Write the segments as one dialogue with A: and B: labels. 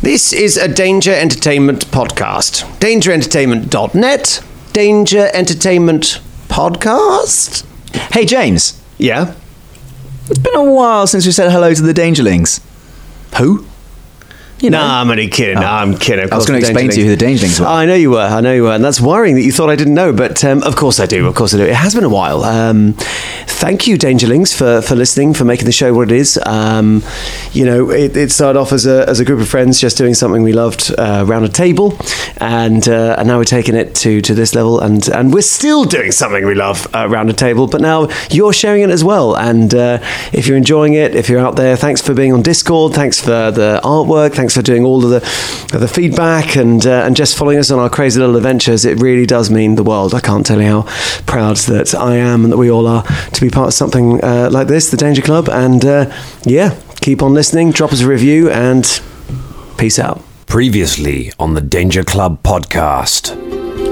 A: This is a Danger Entertainment podcast. DangerEntertainment.net. Danger Entertainment Podcast?
B: Hey, James.
A: Yeah.
B: It's been a while since we said hello to the Dangerlings. Who? You know. Oh.
A: No, I'm only kidding. No, I'm kidding. Of
B: I
A: course
B: was gonna
A: the
B: explain to you who the Dangerlings were.
A: I know you were. I know you were. And that's worrying that you thought I didn't know. But um, of course I do. Of course I do. It has been a while. Um, thank you, Dangerlings, for, for listening, for making the show what it is. Um, you know, it, it started off as a, as a group of friends just doing something we loved uh, around a table. And uh, and now we're taking it to, to this level. And, and we're still doing something we love uh, around a table. But now you're sharing it as well. And uh, if you're enjoying it, if you're out there, thanks for being on Discord. Thanks for the artwork. Thanks for doing all of the of the feedback and uh, and just following us on our crazy little adventures. It really does mean the world. I can't tell you how proud that I am and that we all are to be part of something uh, like this, the Danger Club. And uh, yeah, keep on listening. Drop us a review and peace out.
C: Previously on the Danger Club podcast.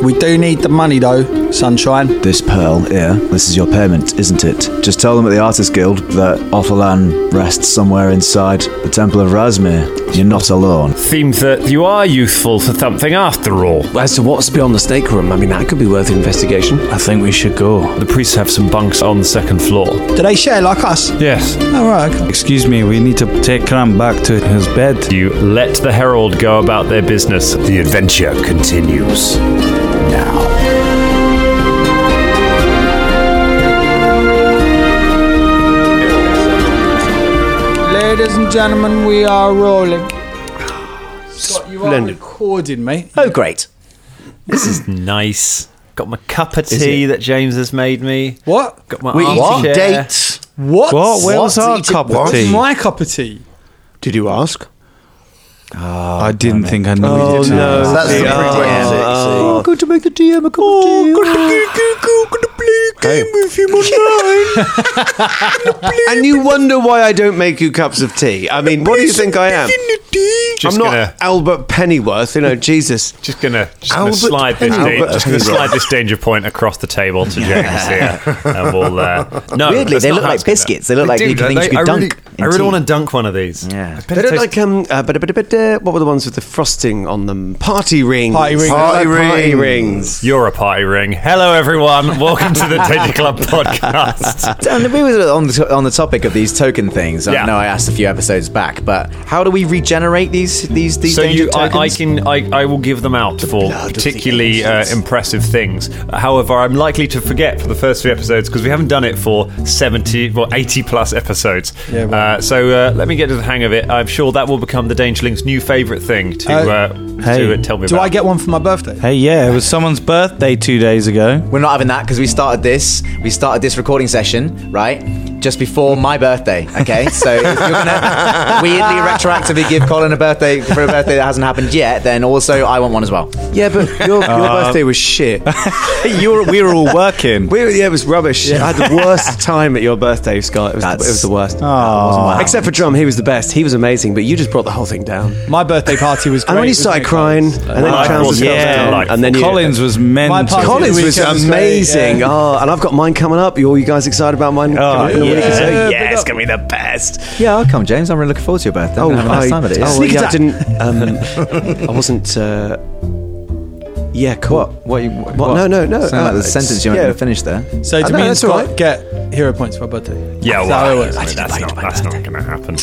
D: We do need the money though, Sunshine.
B: This pearl, yeah, this is your payment, isn't it? Just tell them at the Artists Guild that Othalan rests somewhere inside the Temple of Rasmir. You're not alone.
C: Seems that you are useful for something after all.
A: As to what's beyond the snake room, I mean that could be worth investigation.
E: I think we should go. The priests have some bunks on the second floor.
D: Do they share like us?
E: Yes.
D: All right. Okay.
E: Excuse me, we need to take Cram back to his bed.
C: You let the Herald go about their business. The adventure continues now.
D: Ladies and gentlemen, we are rolling. Scott, you are
A: Splendid.
D: recorded, mate.
A: Oh, great.
F: Nice. Got my cup of tea that James has made me.
D: What?
F: Got my
A: We
F: armchair.
A: eat dates.
D: What?
E: What? Where's
A: What's
E: our
A: eating-
E: cup
A: what?
E: of tea?
D: My cup of tea.
A: Did you ask?
E: I didn't think I knew
A: Oh,
E: it.
A: no.
E: Uh,
A: That's the prerequisite, you see.
B: Good to make the DM a cup
A: And you wonder why I don't make you cups of tea. I mean, what do you think I am?
C: Just
A: I'm not
C: gonna-
A: Albert Pennyworth, you know, Jesus.
C: Just gonna, just gonna
A: Albert
C: slide this,
A: Penny.
C: da-
A: Albert
C: just gonna
A: Penny.
C: slide this danger point across the table to James here, and we'll. Uh, no,
B: Weirdly,
C: that's
B: they
C: not
B: look
C: how
B: like
C: it's gonna-
B: biscuits. They look like
F: do,
B: you
F: don't
B: think you
F: they?
B: could
F: I really,
B: dunk in
F: I really
B: tea.
F: want to dunk one of these.
B: Yeah.
A: They don't like um, uh, but- but- but, uh, what were the ones with the frosting on them? Party rings.
D: Party rings.
A: Party,
D: Party
A: party rings.
C: You're a party ring. Hello, everyone. Welcome to the Danger Club podcast.
B: And we were on the, on the topic of these token things. I
C: Yeah.
B: know I asked a few episodes back, but how do we regenerate these these these
C: so
B: danger
C: you, I, I
B: tokens?
C: can, I, I will give them out for
A: blood of the
C: particularly uh,
A: ancients.
C: impressive things. However, I'm likely to forget for the first few episodes because we haven't done it for 70 well 80 plus episodes.
D: Yeah, well-
C: uh, so uh, let me get to the hang of it. I'm sure that will become the Dangerling's new favourite thing to
D: Uh,
C: uh, to
E: hey.
C: uh, tell me
D: Do
C: about.
D: I get one for my birthday?
E: Hey, yeah, it was someone's birthday two days ago.
B: We're not having that because we started this. We started this recording session right just before my birthday. Okay, so if you're gonna weirdly retroactively give Colin a birthday for a birthday that hasn't happened yet, then also I want one as well.
A: Yeah, but your, your birthday was shit.
E: you were, we were all working.
A: We, yeah, it was rubbish. I had the worst time at your birthday, Scott. It was, the, it
B: That's-
A: was the worst. Except for Drum, he was the best. He was amazing, but you just brought the whole thing down.
D: My birthday party was great.
A: And when you
D: wasn't
A: started
D: it,
A: crying, and
D: Collins?
A: then your
C: Delightful.
A: trousers fell
C: Yeah.
A: down, and then you,
E: Collins was
D: My
E: meant.
D: part-
A: Collins
D: The
A: was
D: weekend was great,
A: amazing.
D: yeah.
A: Oh, and I've got mine coming up. You all you guys excited about mine? coming up in a week or so?
D: Yeah,
A: Yeah,
D: big
A: it's
D: up.
A: gonna be the best.
B: Yeah, I'll come, James. I'm really looking forward to your birthday. I'm gonna have a nice time at it.
A: oh,
B: yeah.
A: well, yeah, I didn't. Um, I wasn't. Uh, yeah, cool.
B: What? What? You, what,
A: No, no, no,
B: Sound
A: uh,
B: like the sentence you
A: yeah.
B: meant to finish there.
D: So
A: I
D: do
A: know,
D: me and
A: that's all
D: Scott
A: right.
D: get hero points for our birthday?
C: yeah,
D: That's how it
C: well,
D: works.
C: that's, not, that's not going to happen.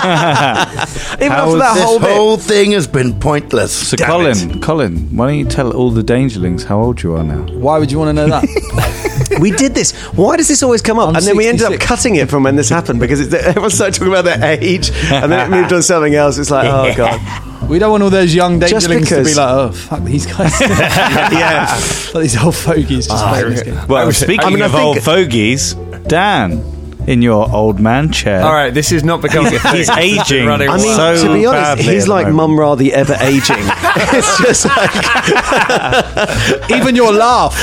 A: Even after
E: was
A: that
E: this
A: whole
G: This
A: bit.
G: whole thing has been pointless.
E: So,
G: Damn
E: Colin,
G: it.
E: Colin, why don't you tell all the Dangerlings how old you are now?
D: Why would you want to know that?
A: we did this. Why does this always come up?
D: I'm
A: and then we ended up
D: 66.
A: cutting it from when this happened because it, everyone started talking about their age, and then it moved on to something else. It's like, oh god,
D: we don't want all those young
A: Just
D: dangerlings to be
A: because-
D: like, oh fuck these guys,
A: yeah.
D: like these old fogies just playing this game.
E: Well, speaking
C: I mean, I
E: of
C: think-
E: old fogies, Dan, in your old man chair.
C: All right, this is not becoming. a thing.
E: He's
C: This has been
E: aging.
C: running
A: I mean,
C: wild.
E: So
A: to be honest,
E: badly at
A: he's
E: the
A: like
E: moment.
A: Mum Ra the ever aging. it's just like
D: Even your laugh.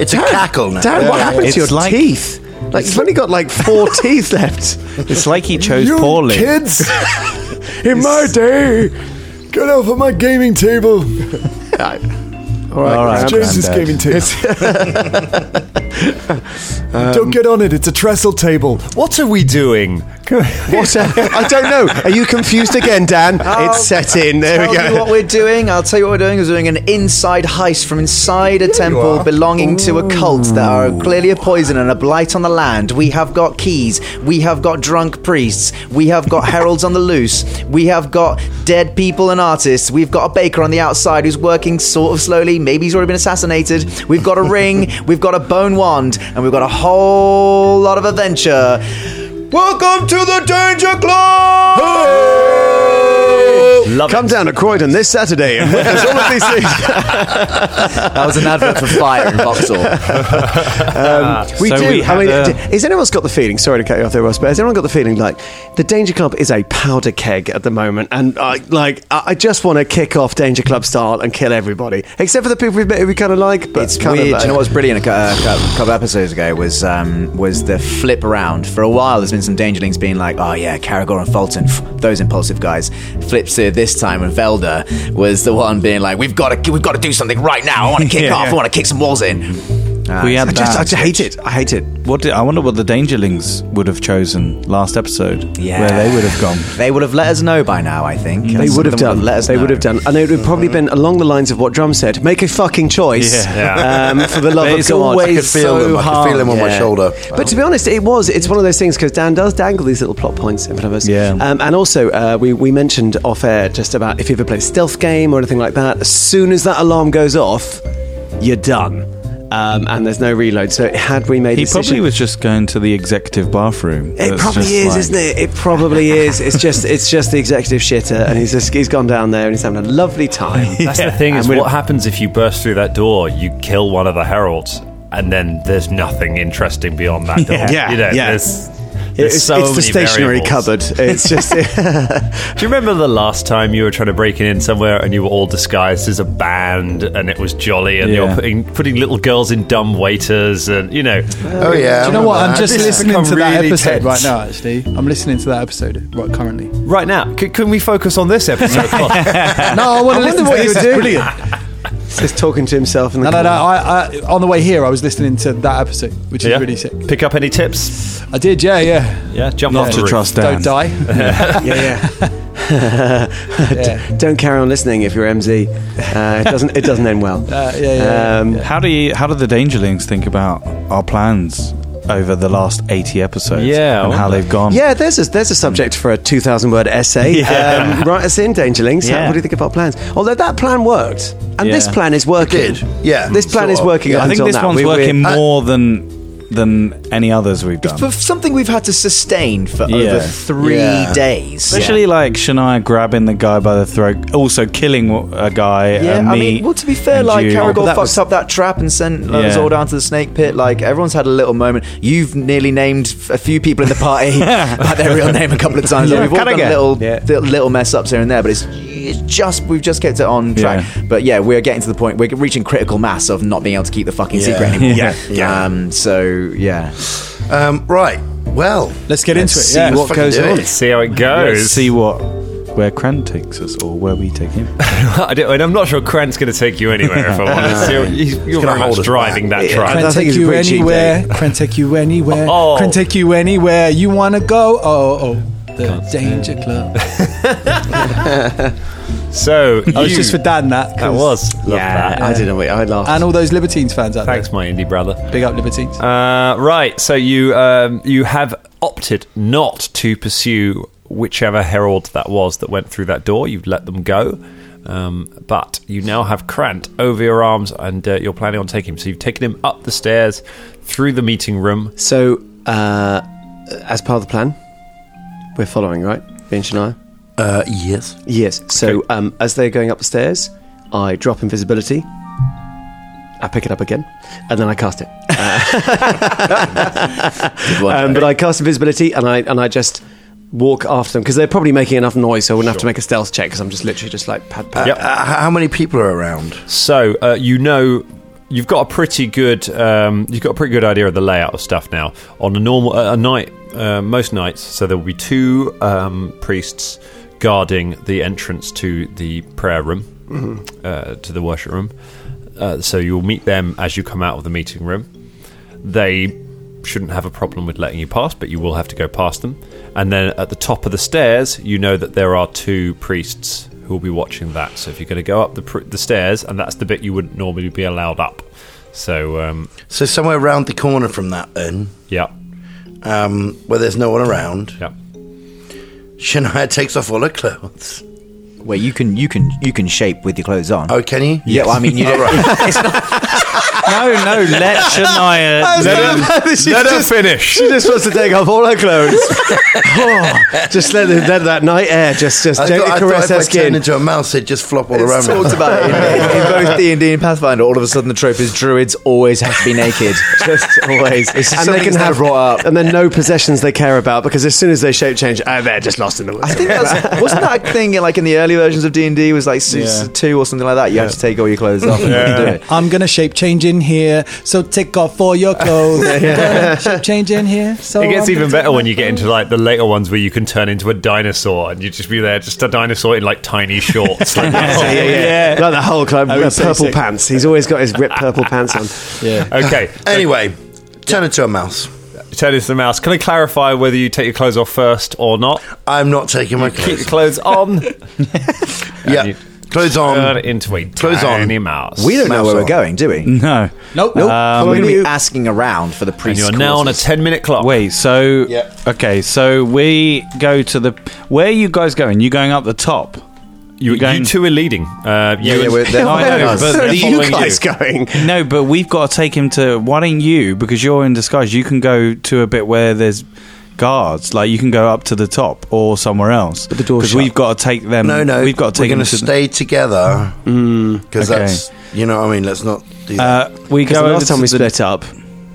G: It's a cackle now.
A: Dad, what happened
E: It's
A: to your
E: like-
A: teeth? Like you've only got like four teeth left.
E: It's like he chose poorly.
G: kids! In my day, get off of my gaming table.
A: All right,
E: All right,
G: James's gaming
E: Granddad.
G: table. Don't get on it. It's a trestle table.
C: What are we doing?
A: What? A, I don't know. Are you confused again, Dan? it's set in. There we
B: Oh, Tell you
A: go.
B: what we're doing. I'll tell you what we're doing. We're doing an inside heist from inside a temple
G: are.
B: belonging to a cult that are clearly a poison and a blight on the land. We have got keys. We have got drunk priests. We have got heralds on the loose. We have got dead people and artists. We've got a baker on the outside who's working sort of slowly. Maybe he's already been assassinated. We've got a ring. We've got a bone wand, and we've got a whole lot of adventure. Welcome to the Danger Club.
C: Love
A: Come
C: it.
A: down to Croydon this Saturday and witness all of these things.
B: That was an advert for fire in Vauxhall.
A: We
E: So
A: do.
E: we
A: I
E: had
A: mean,
E: a-
A: d- has anyone else got the feeling? Sorry to cut you off there, Ross, but has anyone got the feeling like the Danger Club is a powder keg at the moment, and I like I I just want to kick off Danger Club style and kill everybody, except for the people we've met who we kind of like. But
B: It's
A: kind
B: weird.
A: Of, like-
B: you know what's brilliant? A cou- uh, cou- couple episodes ago was um, was the flip around. For a while, there's been some Dangerlings being like, "Oh yeah, Caragor and Fulton, pff, those impulsive guys." Flips to this time, and Velda was the one being like, "We've got to, we've got to do something right now. I want to kick
E: Yeah.
B: off. I want to kick some walls in." Uh,
E: We had
A: I just, I
E: that.
A: just hate it. I hate it.
E: What did, I wonder what the Dangerlings would have chosen last episode.
B: Yeah.
E: Where they would have gone.
B: they would have let us know by now. I think
A: They
B: Some
A: would
B: of
A: have
B: them
A: done.
B: Let us
A: they
B: know.
A: would have done, and it would have probably been along the lines of what Drum said: "Make a fucking choice."
C: Yeah.
A: Um, for the love
E: It's
A: of God,
E: always
A: I could
E: feel
A: so
E: them. I could
A: hard.
E: feel them
G: on my shoulder.
A: But to be honest, it was. It's one of those things because Dan does dangle these little plot points in front of us.
E: Yeah.
A: Um, and also, uh, we we mentioned off air just about if you ever played a stealth game or anything like that. As soon as that alarm goes off, you're done. Um, and there's no reload. So had we made
E: He
A: the decision-
E: probably was just going to the executive bathroom.
A: it
E: That's
A: probably
E: just
A: is,
E: like-
A: isn't it? It probably is. It's just it's just the executive shitter, and he's just he's gone down there and he's having a lovely time.
C: That's the thing is,
A: And we-
C: what happens if you burst through that door? You kill one of the heralds, and then there's nothing interesting beyond that door.
A: Yeah,
C: you know,
A: yeah.
C: There's, there's
A: it's,
C: so
A: it's the
C: many
A: stationary
C: variables.
A: cupboard. It's just
C: Do you remember the last time you were trying to break it in somewhere and you were all disguised as a band and it was jolly and
E: Yeah.
C: you're putting putting little girls in dumb waiters and you know
G: Oh yeah.
D: Do you know what? I'm just
C: This has
D: listening
C: become
D: to that
C: really
D: episode
C: tense.
D: right now. Actually, I'm listening to that episode right currently.
C: right now c- can we focus on this episode?
D: No, I want to listen to this. It's brilliant.
A: just talking to himself in the
D: No, no, no.
A: corner.
D: I, I, on the way here, I was listening to that episode, which is
C: Yeah?
D: really sick.
C: Pick up any tips?
D: I did, yeah, yeah.
C: Yeah, jump
E: Not
C: off the
E: to
C: roof.
E: trust Dan.
D: Don't die.
A: Yeah, yeah. D- Don't carry on listening if you're MZ. Uh, it doesn't. It doesn't end well.
D: Uh, yeah, yeah.
A: Um,
E: How do you, how do the Dangerlings think about our plans over the last eighty episodes?
F: Yeah, I
E: and how
F: wonder.
E: they've gone.
A: yeah, there's a, there's a subject for a 2,000 word essay. Um, write us in, Dangerlings. How-
F: Yeah.
A: What do you think about plans? Although that plan worked, and this
E: Yeah.
A: plan is working.
G: Yeah,
A: this plan
G: sort
A: is
G: of.
A: working. up
E: I think
A: until
E: this
A: now.
E: one's
A: We- we-
E: working more than than any others we've done.
B: for something we've had to sustain for
E: Yeah.
B: over three
G: Yeah.
B: days.
E: Especially like Shania grabbing the guy by the throat, also killing a guy.
B: Yeah,
E: and
B: I
E: me
B: mean, well, to be fair,
E: and
B: like
E: you.
B: Caragor
E: Oh, But
B: fucked
E: that was-
B: up that trap and sent us
E: Yeah.
B: all down to the snake pit. Like everyone's had a little moment. You've nearly named f- a few people in the party by their real name a couple of times. Like, we've all done
E: Carragher.
B: little
A: Yeah.
B: th- little mess ups here and there, but it's it's just we've just kept it on track.
E: Yeah.
B: But yeah, we're getting to the point. We're reaching critical mass of not being able to keep the fucking secret anymore.
E: Yeah.
B: yeah. Um, so yeah,
G: Um, right. Well,
D: Let's get into it.
G: see
D: Yeah.
G: what
D: Fucking
G: goes
D: do
G: on.
C: Let's see how it
E: Let's
C: goes.
E: see what where Cran takes us or where we take him.
C: I don't, and I'm not sure Krant's going to take you anywhere if I'm honest. You're, he's- you're
G: gonna
C: very
G: hold
C: much
G: us
C: driving
G: back.
C: that truck.
A: I
D: Can
A: think
D: take
A: it's
D: you
A: pretty cheap,
D: anywhere. Can take you anywhere.
C: Oh.
D: Can take you anywhere you wanna go. Oh, oh, the Danger Club.
C: So
D: I was
C: you-
D: Oh, just for Dan that.
C: that
D: 'cause-
C: was love
A: Yeah,
C: that.
A: Uh, I didn't. Wait, I laughed.
D: and all those Libertines fans out
C: Thanks, my indie brother.
D: there. Big up Libertines.
C: Uh, right, so you um, you have opted not to pursue whichever herald that was that went through that door. You've let them go, um, but you now have Krant over your arms, and uh, you're planning on taking him. So you've taken him up the stairs, through the meeting room.
A: So, uh, as part of the plan, we're following, right? Ben Shania?
G: Uh, yes.
A: Yes. So, um, as they're going up the stairs, I drop invisibility. I pick it up again, and then I cast it.
B: Good one.
A: Um, but I cast invisibility, and I and I just walk after them because they're probably making enough noise, so I wouldn't have to make a stealth check because I'm just literally just like pad pad.
C: Yep.
G: Uh, h- how many people are around?
C: So uh, you know you've got a pretty good um, you've got a pretty good idea of the layout of stuff now. On a normal uh, a night, uh, most nights, so there will be two um, priests guarding the entrance to the prayer room, uh, to the worship room. Uh, so you'll meet them as you come out of the meeting room. they shouldn't have a problem with letting you pass, but you will have to go past them. And then at the top of the stairs, you know that there are two priests who will be watching that. So if you're going to go up the, pr- the stairs, and that's the bit you wouldn't normally be allowed up. So, um,
H: So somewhere around the corner from that inn,
C: yeah,
H: um, where there's no one around,
C: yeah.
H: Shania takes off all her clothes.
B: Where you can you can you can shape with your clothes on.
H: Oh, can you?
B: Yeah, well, I mean, you don't.
E: No, no, let Shania.
A: Let her finish. She just wants to take off all her clothes. Oh, just let, it- let that night air just just
H: I
A: gently
H: thought, I thought
A: caress
H: if I
A: her
H: turned
A: skin.
H: into a mouse, it'd just flop all
B: It's
H: around
B: talked
H: me.
B: about in, in both D and D and Pathfinder. All of a sudden, the trope is druids always have to be naked. Just always. It's just
A: And they
B: something
A: can
B: that's never
A: have
B: brought up.
A: and then no possessions they care about because as soon as they shape change, oh, they're just lost in the
B: I
A: woods.
B: think that's wasn't that a thing like in the early versions of D and D was like s- s- two or something like that. You have to take all your clothes off. And do it.
D: I'm gonna shape change in here, so take off all your clothes. Gonna Shape change in here, so
C: It gets
D: I'm gonna
C: even
D: take
C: better
D: my
C: when you get into
D: clothes.
C: like the later ones where you can turn into a dinosaur and you just be there, just a dinosaur in like tiny shorts. Like,
A: yeah, yeah, yeah. Like the whole club, uh, purple pants. He's always got his ripped purple pants on.
C: Okay,
H: Anyway, turn into a mouse.
C: turn into the mouse. Can I clarify whether you take your clothes off first or not?
H: I'm not taking my
C: Keep your clothes
H: clothes.
C: on.
H: Yeah, clothes
C: turn
H: on.
C: into a
H: Clothes on.
C: tiny mouse.
B: We don't know
H: Mouse
B: where we're
H: on.
B: going, do we?
E: No. Um,
D: Nope.
B: Nope. Um, we're going to
A: you-
B: be asking around for the
C: and
B: priest.
C: you are now on a ten-minute clock.
E: Wait, so.
H: Yeah.
E: Okay, so we go to the. Where are you guys going? You going up the top?
C: you,
E: you're going-
C: you two are leading. Uh, you
B: yeah,
C: and-
B: we're- they're-
E: I know, but
A: Where are
E: they're
A: you
E: following
A: guys going?
E: No, but we've got to take him to. Why don't you? Because you're in disguise. You can go to a bit where there's guards. Like you can go up to the top or somewhere else. But the
A: door's
E: Because
A: shut.
E: we've got to take them.
A: Mm.
H: No, no.
E: We've got to
H: We're
E: take
H: going
E: them
H: to
E: to.
H: stay together because
E: Okay.
H: that's you know what I mean. Let's not do
E: uh,
H: that.
E: we
A: Because
E: go
A: the
E: over
A: last time we
E: to the-
A: split up,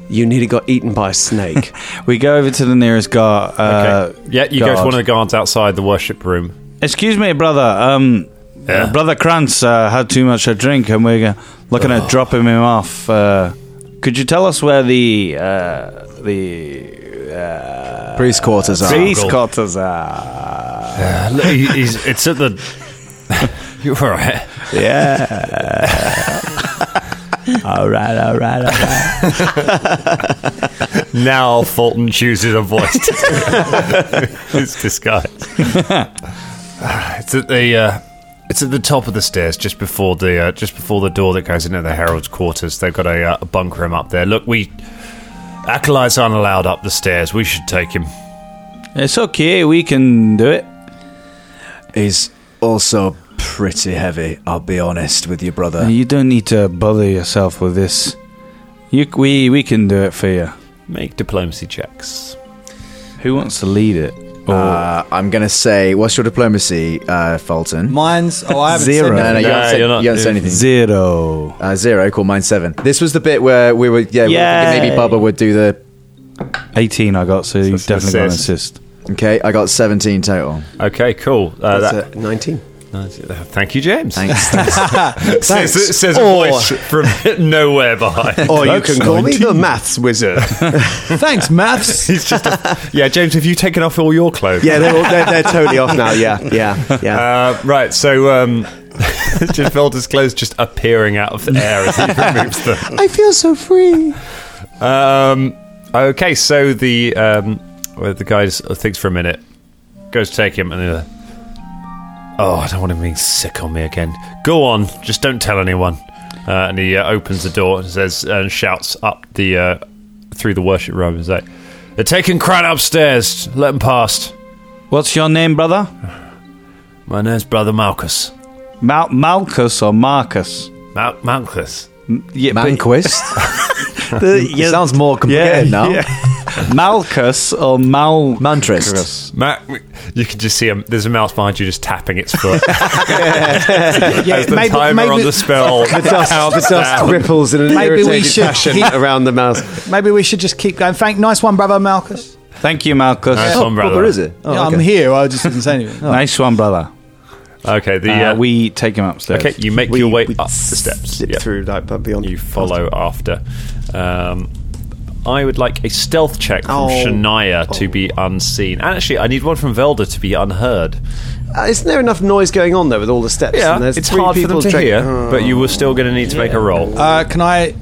A: you nearly got eaten by a snake.
E: We go over to the nearest guard. Uh,
C: okay. yeah, you go to
E: guard.
C: one of the guards outside the worship room.
E: Excuse me, brother. Um,
C: Yeah.
E: brother Krantz uh, had too much to drink, and we're go- looking at dropping him off. Uh, could you tell us where the uh, the
B: priest quarters are.
E: police
C: cool.
E: quarters are?
C: Look, he- he's- it's at the. You're all right.
E: All right, all right, all right.
C: Now Fulton chooses a voice. it's disguise. it's at the uh, it's at the top of the stairs, just before the uh, just before the door that goes into the herald's quarters. They've got a, uh, a bunk room up there. Look, we acolytes aren't allowed up the stairs. We should take him.
E: It's okay. We can do it.
B: He's also pretty heavy. I'll be honest with you, brother.
E: You don't need to bother yourself with this. You, we we can do it for you.
C: Make diplomacy checks.
E: Who wants to lead it? Or
C: Oh,
B: Uh, I'm going to say, what's your diplomacy, uh, Fulton?
D: Mine's oh, I haven't
B: Zero. No,
D: Said
B: no,
D: that.
B: you
C: No,
B: haven't said,
C: you're not-
B: you haven't said anything.
E: zero.
B: Uh, zero, cool, mine seven. This was the bit where we were, yeah, we were thinking maybe
E: Yay.
B: Bubba would do the.
E: Eighteen. I got so you
C: That's an
E: definitely got an
C: assist.
E: assist.
B: Okay, I got 17 total.
C: Okay, cool. Uh,
A: That's
C: that,
A: at 19.
C: uh, thank you, James.
B: Thanks.
C: says, says a
A: Or-
C: voice from nowhere behind.
A: Or you can call me the maths wizard.
D: Thanks, maths.
C: He's just a, yeah, James. Have you taken off all your clothes?
A: Yeah, they're, all, they're, they're totally off now. Yeah, yeah, yeah.
C: Uh, right, so um, just Velda's clothes just appearing out of the air as he removes them.
A: I feel so free.
C: Um, okay, so the um, well, the guy just thinks for a minute, goes to take him, and they're like, oh, I don't want him being sick on me again. Go on, just don't tell anyone. Uh, and he uh, opens the door and says and shouts up the uh, through the worship room. He's like, "They're taking Cran upstairs. Let him past."
E: What's your name, brother?
C: My name's Brother Malchus.
E: Mal- Malchus or Marcus?
C: Mal- Malchus.
E: Yeah, but-
B: Manquist?
E: the-
B: It
E: yeah,
B: sounds more
E: yeah,
B: complicated now.
E: yeah. Malchus or Mal
B: Mantrist.
C: Matt, you can just see him. There's a mouse behind you just tapping its foot. As the
D: maybe-
C: timer on
D: maybe-
C: the spell.
A: The dust, the dust ripples in an
D: Maybe we
A: irritated
D: should
A: fashion
D: keep-
A: around the mouse.
D: Maybe we should just keep going. Thank, nice one, brother Malchus.
E: Thank you, Malchus.
C: Nice one, brother.
B: Or is it? Oh,
D: yeah,
B: okay.
D: I'm here. I just didn't say anything.
E: Nice one, brother.
C: Okay, the
E: Uh,
C: uh,
E: we take him upstairs.
C: Okay, you make
A: We-
C: your way
A: we
C: up the steps.
A: Zip
C: Yeah.
A: through, like, but beyond.
C: You follow after. Um, I would like a stealth check from
A: Oh.
C: Shania to be unseen. And actually, I need one from Velda to be unheard.
A: Uh, isn't there enough noise going on there with all the steps?
C: Yeah,
A: and there's
C: it's
A: three
C: hard for them
A: people
C: to
A: dra-
C: hear, but you were still going to need to make a roll.
D: Uh, can I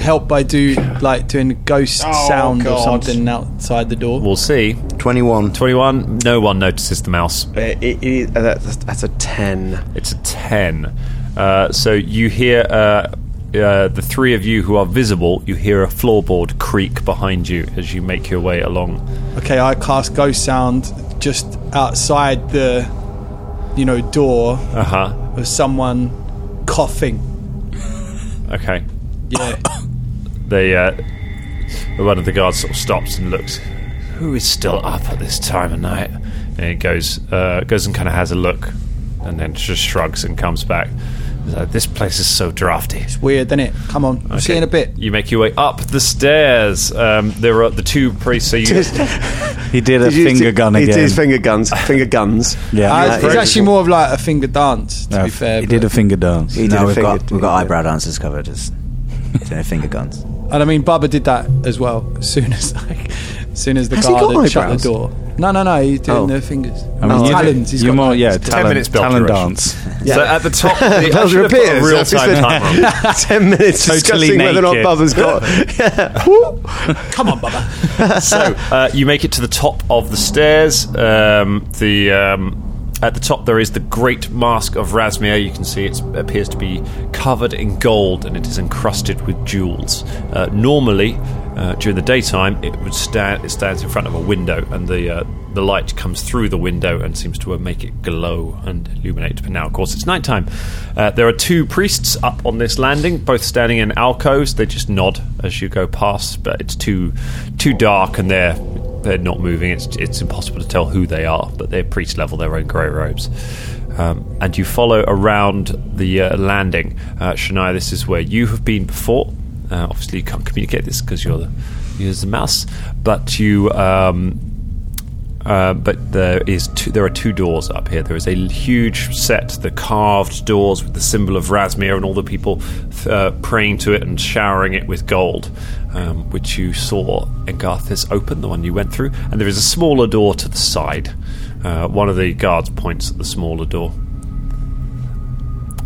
D: help by do like doing a ghost
G: Oh,
D: sound
G: God.
D: or something outside the door?
C: We'll see.
H: 21.
C: 21, no one notices the mouse.
A: Uh, it- it- uh, that's, that's a 10.
C: It's a 10. Uh, so you hear uh, uh, the three of you who are visible, you hear a floorboard creak behind you as you make your way along.
D: Okay, I cast ghost sound just outside the you know door
C: Uh huh.
D: of someone coughing.
C: Okay.
D: Yeah.
C: They, uh, one of the guards sort of stops and looks. Who is still up at this time of night? And he goes, uh, goes and kind of has a look, and then just shrugs and comes back. He's like, this place is so drafty.
D: Weird, is it? Come on. We'll See you in a bit.
C: You make your way up the stairs. Um, there are the two priests. So you,
E: He did a
A: Did you-
E: finger
A: did-
E: gun
A: he
E: again.
A: did his finger guns. Finger guns.
E: Yeah.
D: Uh,
E: Yeah,
D: it's actually more of like a finger dance, to
E: No,
D: be fair.
E: he did a
D: but-
E: finger dance.
A: He did
B: No,
A: a
B: we've
A: finger-
B: got we've got eyebrow dancers covered. It's, it's no finger guns.
D: and I mean, Bubba did that as well. As soon as like, as soon as the
A: Has he
D: guard
A: got
D: had shut
A: eyebrows?
D: the door. No, no, no. He's doing
A: Oh.
D: the fingers.
E: I mean,
D: His
E: you-
D: talons. He's
E: you're
D: got
E: more,
D: talons.
E: yeah, talent,
C: minutes belt
E: talent
C: duration.
E: dance.
C: So at the top, the, I should have put a
A: appears
C: real
A: after
C: time
A: spending-
C: timer. on.
A: 10 minutes
E: Totally
A: discussing whether or not
E: naked.
A: Bubba's got.
D: Come on, Bubba.
C: so uh, you make it to the top of the stairs. Um, the um, at the top there is the great mask of Rasmir. You can see it appears to be covered in gold and it is encrusted with jewels. Uh, normally, uh, during the daytime, it would stand. It stands in front of a window, and the uh, the light comes through the window and seems to uh, make it glow and illuminate. But now, of course, it's nighttime. Uh, there are two priests up on this landing, both standing in alcoves. They just nod as you go past, but it's too too dark and they're they're not moving. It's it's impossible to tell who they are, but they're priest level. They're wearing grey robes. Um, and you follow around the uh, landing, uh, Shania. This is where you have been before. Uh, obviously, you can't communicate this because you're the you're the mouse, but you um, uh, but there is two, there are two doors up here. There is a huge set, the carved doors with the symbol of Rasmir and all the people uh, praying to it and showering it with gold, um, which you saw Engarthis open, the one you went through. And there is a smaller door to the side. Uh, one of the guards points at the smaller door.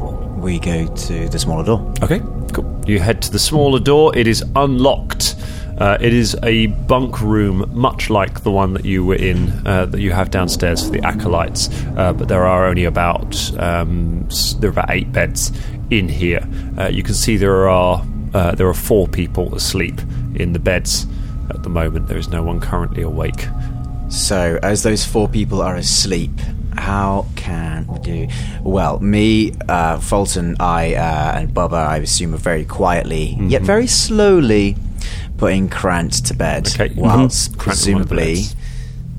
B: We go to the smaller door.
C: Okay, cool. You head to the smaller door. It is unlocked. Uh, it is a bunk room, much like the one that you were in, uh, that you have downstairs for the acolytes. Uh, but there are only about um, s- there are about eight beds in here. Uh, you can see there are uh, there are four people asleep in the beds at the moment. There is no one currently awake.
B: So, as those four people are asleep, how can we do? Well, me, uh, Fulton, I, uh, and Bubba, I assume, are very quietly,
C: Mm-hmm.
B: yet very slowly putting Krant to bed.
C: Okay.
B: Whilst
C: Mhm. Krant's in one of the
B: presumably,
C: beds.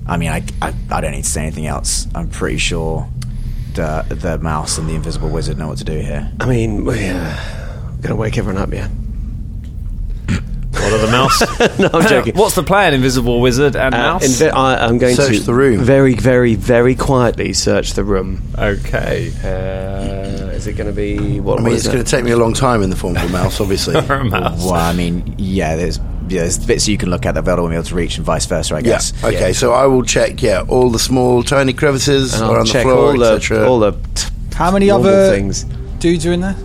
B: I mean, I, I, I don't need to say anything else. I'm pretty sure the, the mouse and the invisible wizard know what to do here.
A: I mean, uh, we're going to wake everyone up, yeah.
C: What are the mouse?
A: No, I'm joking.
F: What's the plan, Invisible Wizard and
A: Uh,
F: Mouse?
A: inve- I, am going
H: Search
A: to
H: the room.
A: very, very, very quietly search the room.
C: okay,
A: Uh, is it going to be what?
H: I mean, it's going to take me a long time in the form of a mouse, obviously.
C: Or a mouse.
B: Well, I mean, yeah, there's, yeah, there's bits you can look at that Velda won't be able to reach, and vice versa, I
H: Yeah.
B: guess.
H: Okay, so I will check. Yeah, all the small, tiny crevices
A: and
H: are
A: I'll
H: on the
A: check
H: floor,
A: all the
H: etc.
A: all the t-
D: How many
A: normal
D: other
A: things.
D: dudes are in there?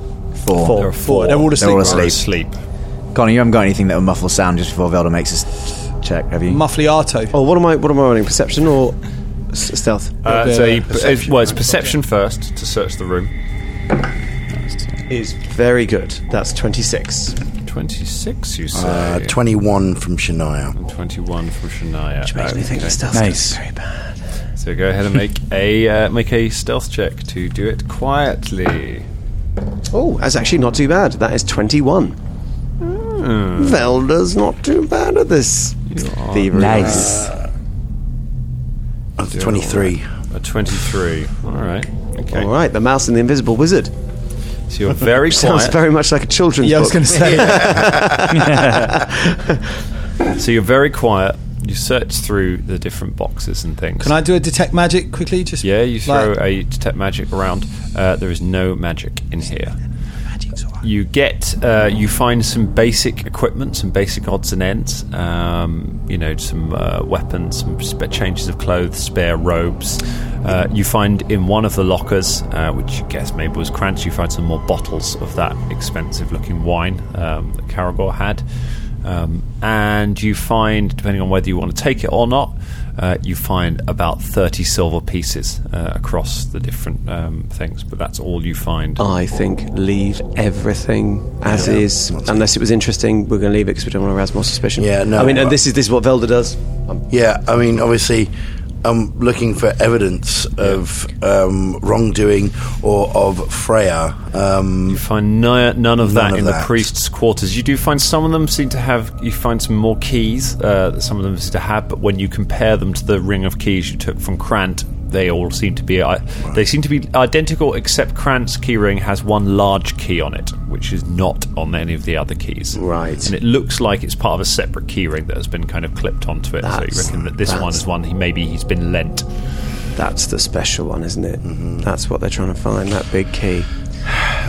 B: Four.
C: There are
D: Four. They're all asleep.
B: all
C: Or
B: asleep.
C: asleep.
B: Connor, you haven't got anything that will muffle sound just before Velda makes his check, have you?
D: Muffliato.
A: Oh, what am I? What am I running? Perception or s- stealth?
C: Uh,
D: Yeah,
C: so you,
H: perception.
C: well, it's perception first to search the room.
A: Is very good. That's twenty six.
C: 26, you say?
H: Uh, 21 from Shania.
C: and 21 from Shania.
A: me think of stealth.
E: Nice.
C: So go ahead and make a uh, make a stealth check to do it quietly.
A: Oh, that's actually not too bad. That is twenty one.
C: Hmm,
A: Velda's not too bad at this. Thievery.
B: Nice.
H: That's 23.
C: A 23. All right. Okay.
A: All right, the mouse and the invisible wizard.
C: So you're very
A: Sounds
C: quiet.
A: very much like a children's
D: Yeah, I was
A: book.
D: going to say.
C: so you're very quiet. You search through the different boxes and things.
D: Can I do a detect magic quickly? Just
C: Yeah, you throw
D: like-
C: a detect magic around. Uh, there is no magic in here. you get uh, you find some basic equipment, some basic odds and ends. Um, you know, some uh, weapons, some sp- changes of clothes, spare robes. Uh, you find in one of the lockers, uh, which I guess maybe was Crantz, you find some more bottles of that expensive-looking wine um, that Caragor had. Um, and you find, depending on whether you want to take it or not, uh, you find about 30 silver pieces uh, across the different um, things, but that's all you find.
A: I think leave everything as is, unless it was interesting. We're going to leave it because we don't want to arouse more suspicion.
H: Yeah, no,
A: I mean, and
H: but-
A: this is this is what Velda does. Um,
H: Yeah, I mean, obviously, I'm looking for evidence of um, wrongdoing or of Freya. Um,
C: You find no, none of
H: None
C: that
H: of
C: in the
H: that.
C: priest's quarters. You do find some of them seem to have. You find some more keys. Uh, that some of them seem to have, but when you compare them to the ring of keys you took from Krant, they all seem to be. I They seem to be identical, except Krant's keyring has one large key on it, which is not on any of the other keys.
A: Right.
C: And it looks like it's part of a separate keyring that has been kind of clipped onto it. so you
A: That's-
C: reckon that this one
A: that's-
C: is one he maybe he's been lent.
A: That's the special one, isn't it? That's what they're trying to find. That big key.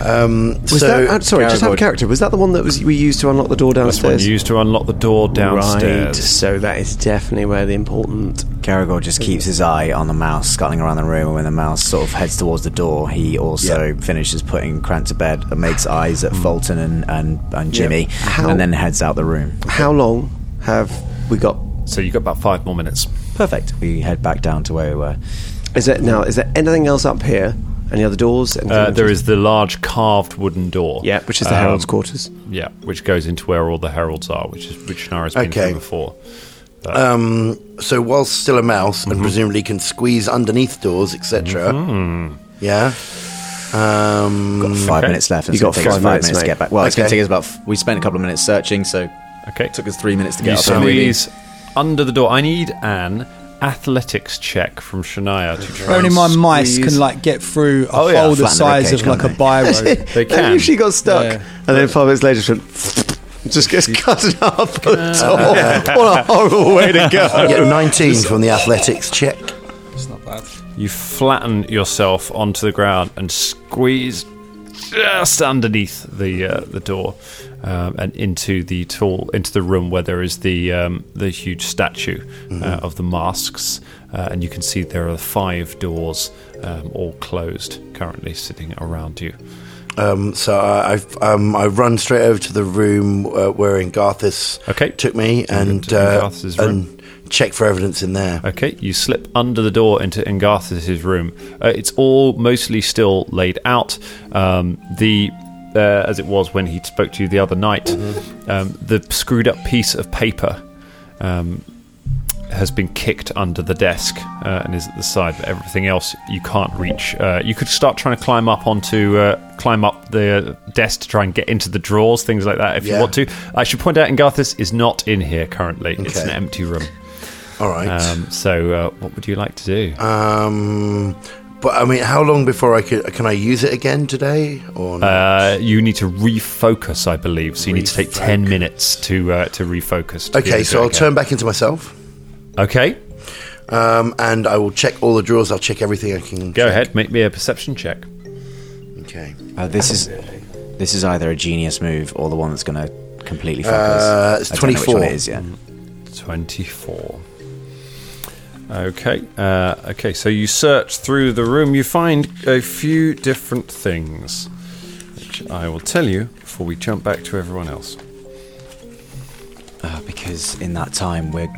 A: Was
H: so,
A: that? i sorry, just have a
H: Garagod-
A: character. Was that the one that was we used to unlock the door
C: That's one
A: downstairs?
C: used to unlock the door
A: Right.
C: downstairs.
A: So that is definitely where the important.
B: Caragor just keeps his eye on the mouse scuttling around the room, and when the mouse sort of heads towards the door, he also finishes putting Krant to bed and makes eyes at Fulton and, and, and Jimmy,
A: Hmm. How-
B: and then heads out the room.
A: How long have we got?
C: So you've got about five more minutes.
B: Perfect. We head back down to where we were.
A: Is it now? Is there anything else up here? Any other doors? Anything
C: Uh, there
A: else?
C: is the large carved wooden door.
A: Yeah, which is the
C: Um,
A: herald's quarters.
C: Yeah, which goes into where all the heralds are, which is which Nara's been
H: Okay.
C: through before.
H: so whilst still a mouse
C: Mm-hmm.
H: and presumably can squeeze underneath doors, etc.
C: Mm-hmm.
H: Yeah. Um,
B: Got five minutes left.
A: You
B: and
A: Hmm,
B: it's gonna
A: got
B: take us
A: five minutes,
B: five minutes to
A: mate.
B: get back. Well, it's going
H: Okay.
B: to take us about. F- we spent a couple of minutes searching, so
C: Okay,
B: it took us three minutes to
C: you
B: get up.
C: squeeze under the door. I need an athletics check from Shania to try.
D: Only
C: and
D: my mice
C: squeeze-
D: can like get through a
B: Oh, yeah,
D: hole the
B: flatten the
D: size
B: ribcage,
D: of like a
B: can't
D: biro.
C: They
A: They
C: can.
A: usually got stuck,
D: Yeah.
A: and then five minutes later, just went, just gets cut in half. at the top. What a horrible way to go!
H: yeah, 19 from the athletics check.
C: You flatten yourself onto the ground and squeeze just underneath the uh, the door um, and into the tall into the room where there is the um, the huge statue uh, of the masks, uh, and you can see there are five doors um, all closed currently sitting around you.
H: Um, so I, I've, um, I run straight over to the room uh, where Ingarthus
C: Okay.
H: took me and,
C: into
H: uh,
C: Ingarthus's
H: and check for evidence in there.
C: Okay, you slip under the door into Ingarthus's room. Uh, it's all mostly still laid out. Um, the uh, as it was when he spoke to you the other night, um, the screwed up piece of paper um, has been kicked under the desk uh, and is at the side. But everything else you can't reach. Uh, you could start trying to climb up onto uh, climb up the desk to try and get into the drawers, things like that, if you
H: Yeah.
C: want to. I should point out Ingarthus is not in here currently. It's an
H: Okay.
C: empty room.
H: All right. Uh,
C: Um, so, uh, what would you like to do?
H: Um, but I mean, how long before I could can I use it again today? Or not?
C: Uh, you need to refocus, I believe. So you need to take ten
H: Refocus.
C: minutes to uh, to refocus. to be able
H: okay,
C: to
H: so
C: do it
H: I'll
C: again.
H: turn back into myself,
C: Okay,
H: um, and I will check all the drawers. I'll check everything I can.
C: go ahead. Make me a perception check.
H: Okay.
B: Uh, this is this is either a genius move or the one that's going to completely fuck
H: Uh,
B: us.
H: it's
B: I don't know which one
H: 24.
B: it is, yeah.
C: Twenty four. Okay. Uh, okay. So you search through the room. You find a few different things, which I will tell you before we jump back to everyone else.
B: Uh, because in that time we're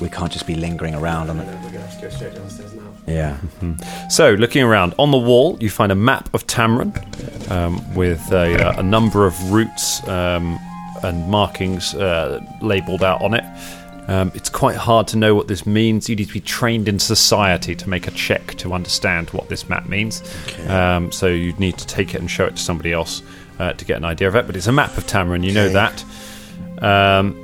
B: we can't just be lingering around on it. Yeah.
C: So, looking around on the wall, you find a map of Tamron um, with a, uh, a number of routes um, and markings uh, labelled out on it. Um, it's quite hard to know what this means. You need to be trained in society to make a check to understand what this map means. Um, so you'd need to take it and show it to somebody else uh, to get an idea of it. But it's a map of Tamron. You know that. Um,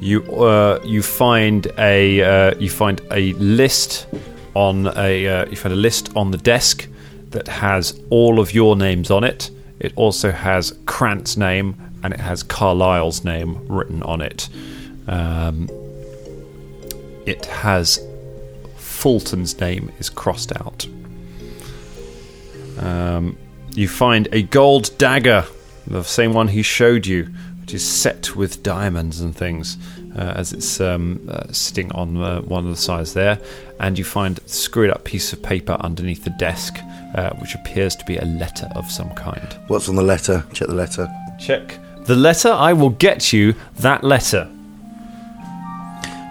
C: you uh, you find a uh, you find a list on a uh, you find a list on the desk that has all of your names on it. It also has Krant's name and it has Carlyle's name written on it. Um, it has Fulton's name is crossed out. Um, you find a gold dagger, the same one he showed you, which is set with diamonds and things, uh, as it's um, uh, sitting on uh, one of the sides there. And you find a screwed up piece of paper underneath the desk, uh, which appears to be a letter of some kind.
H: What's on the letter? Check the letter.
C: Check the letter. I will get you that letter.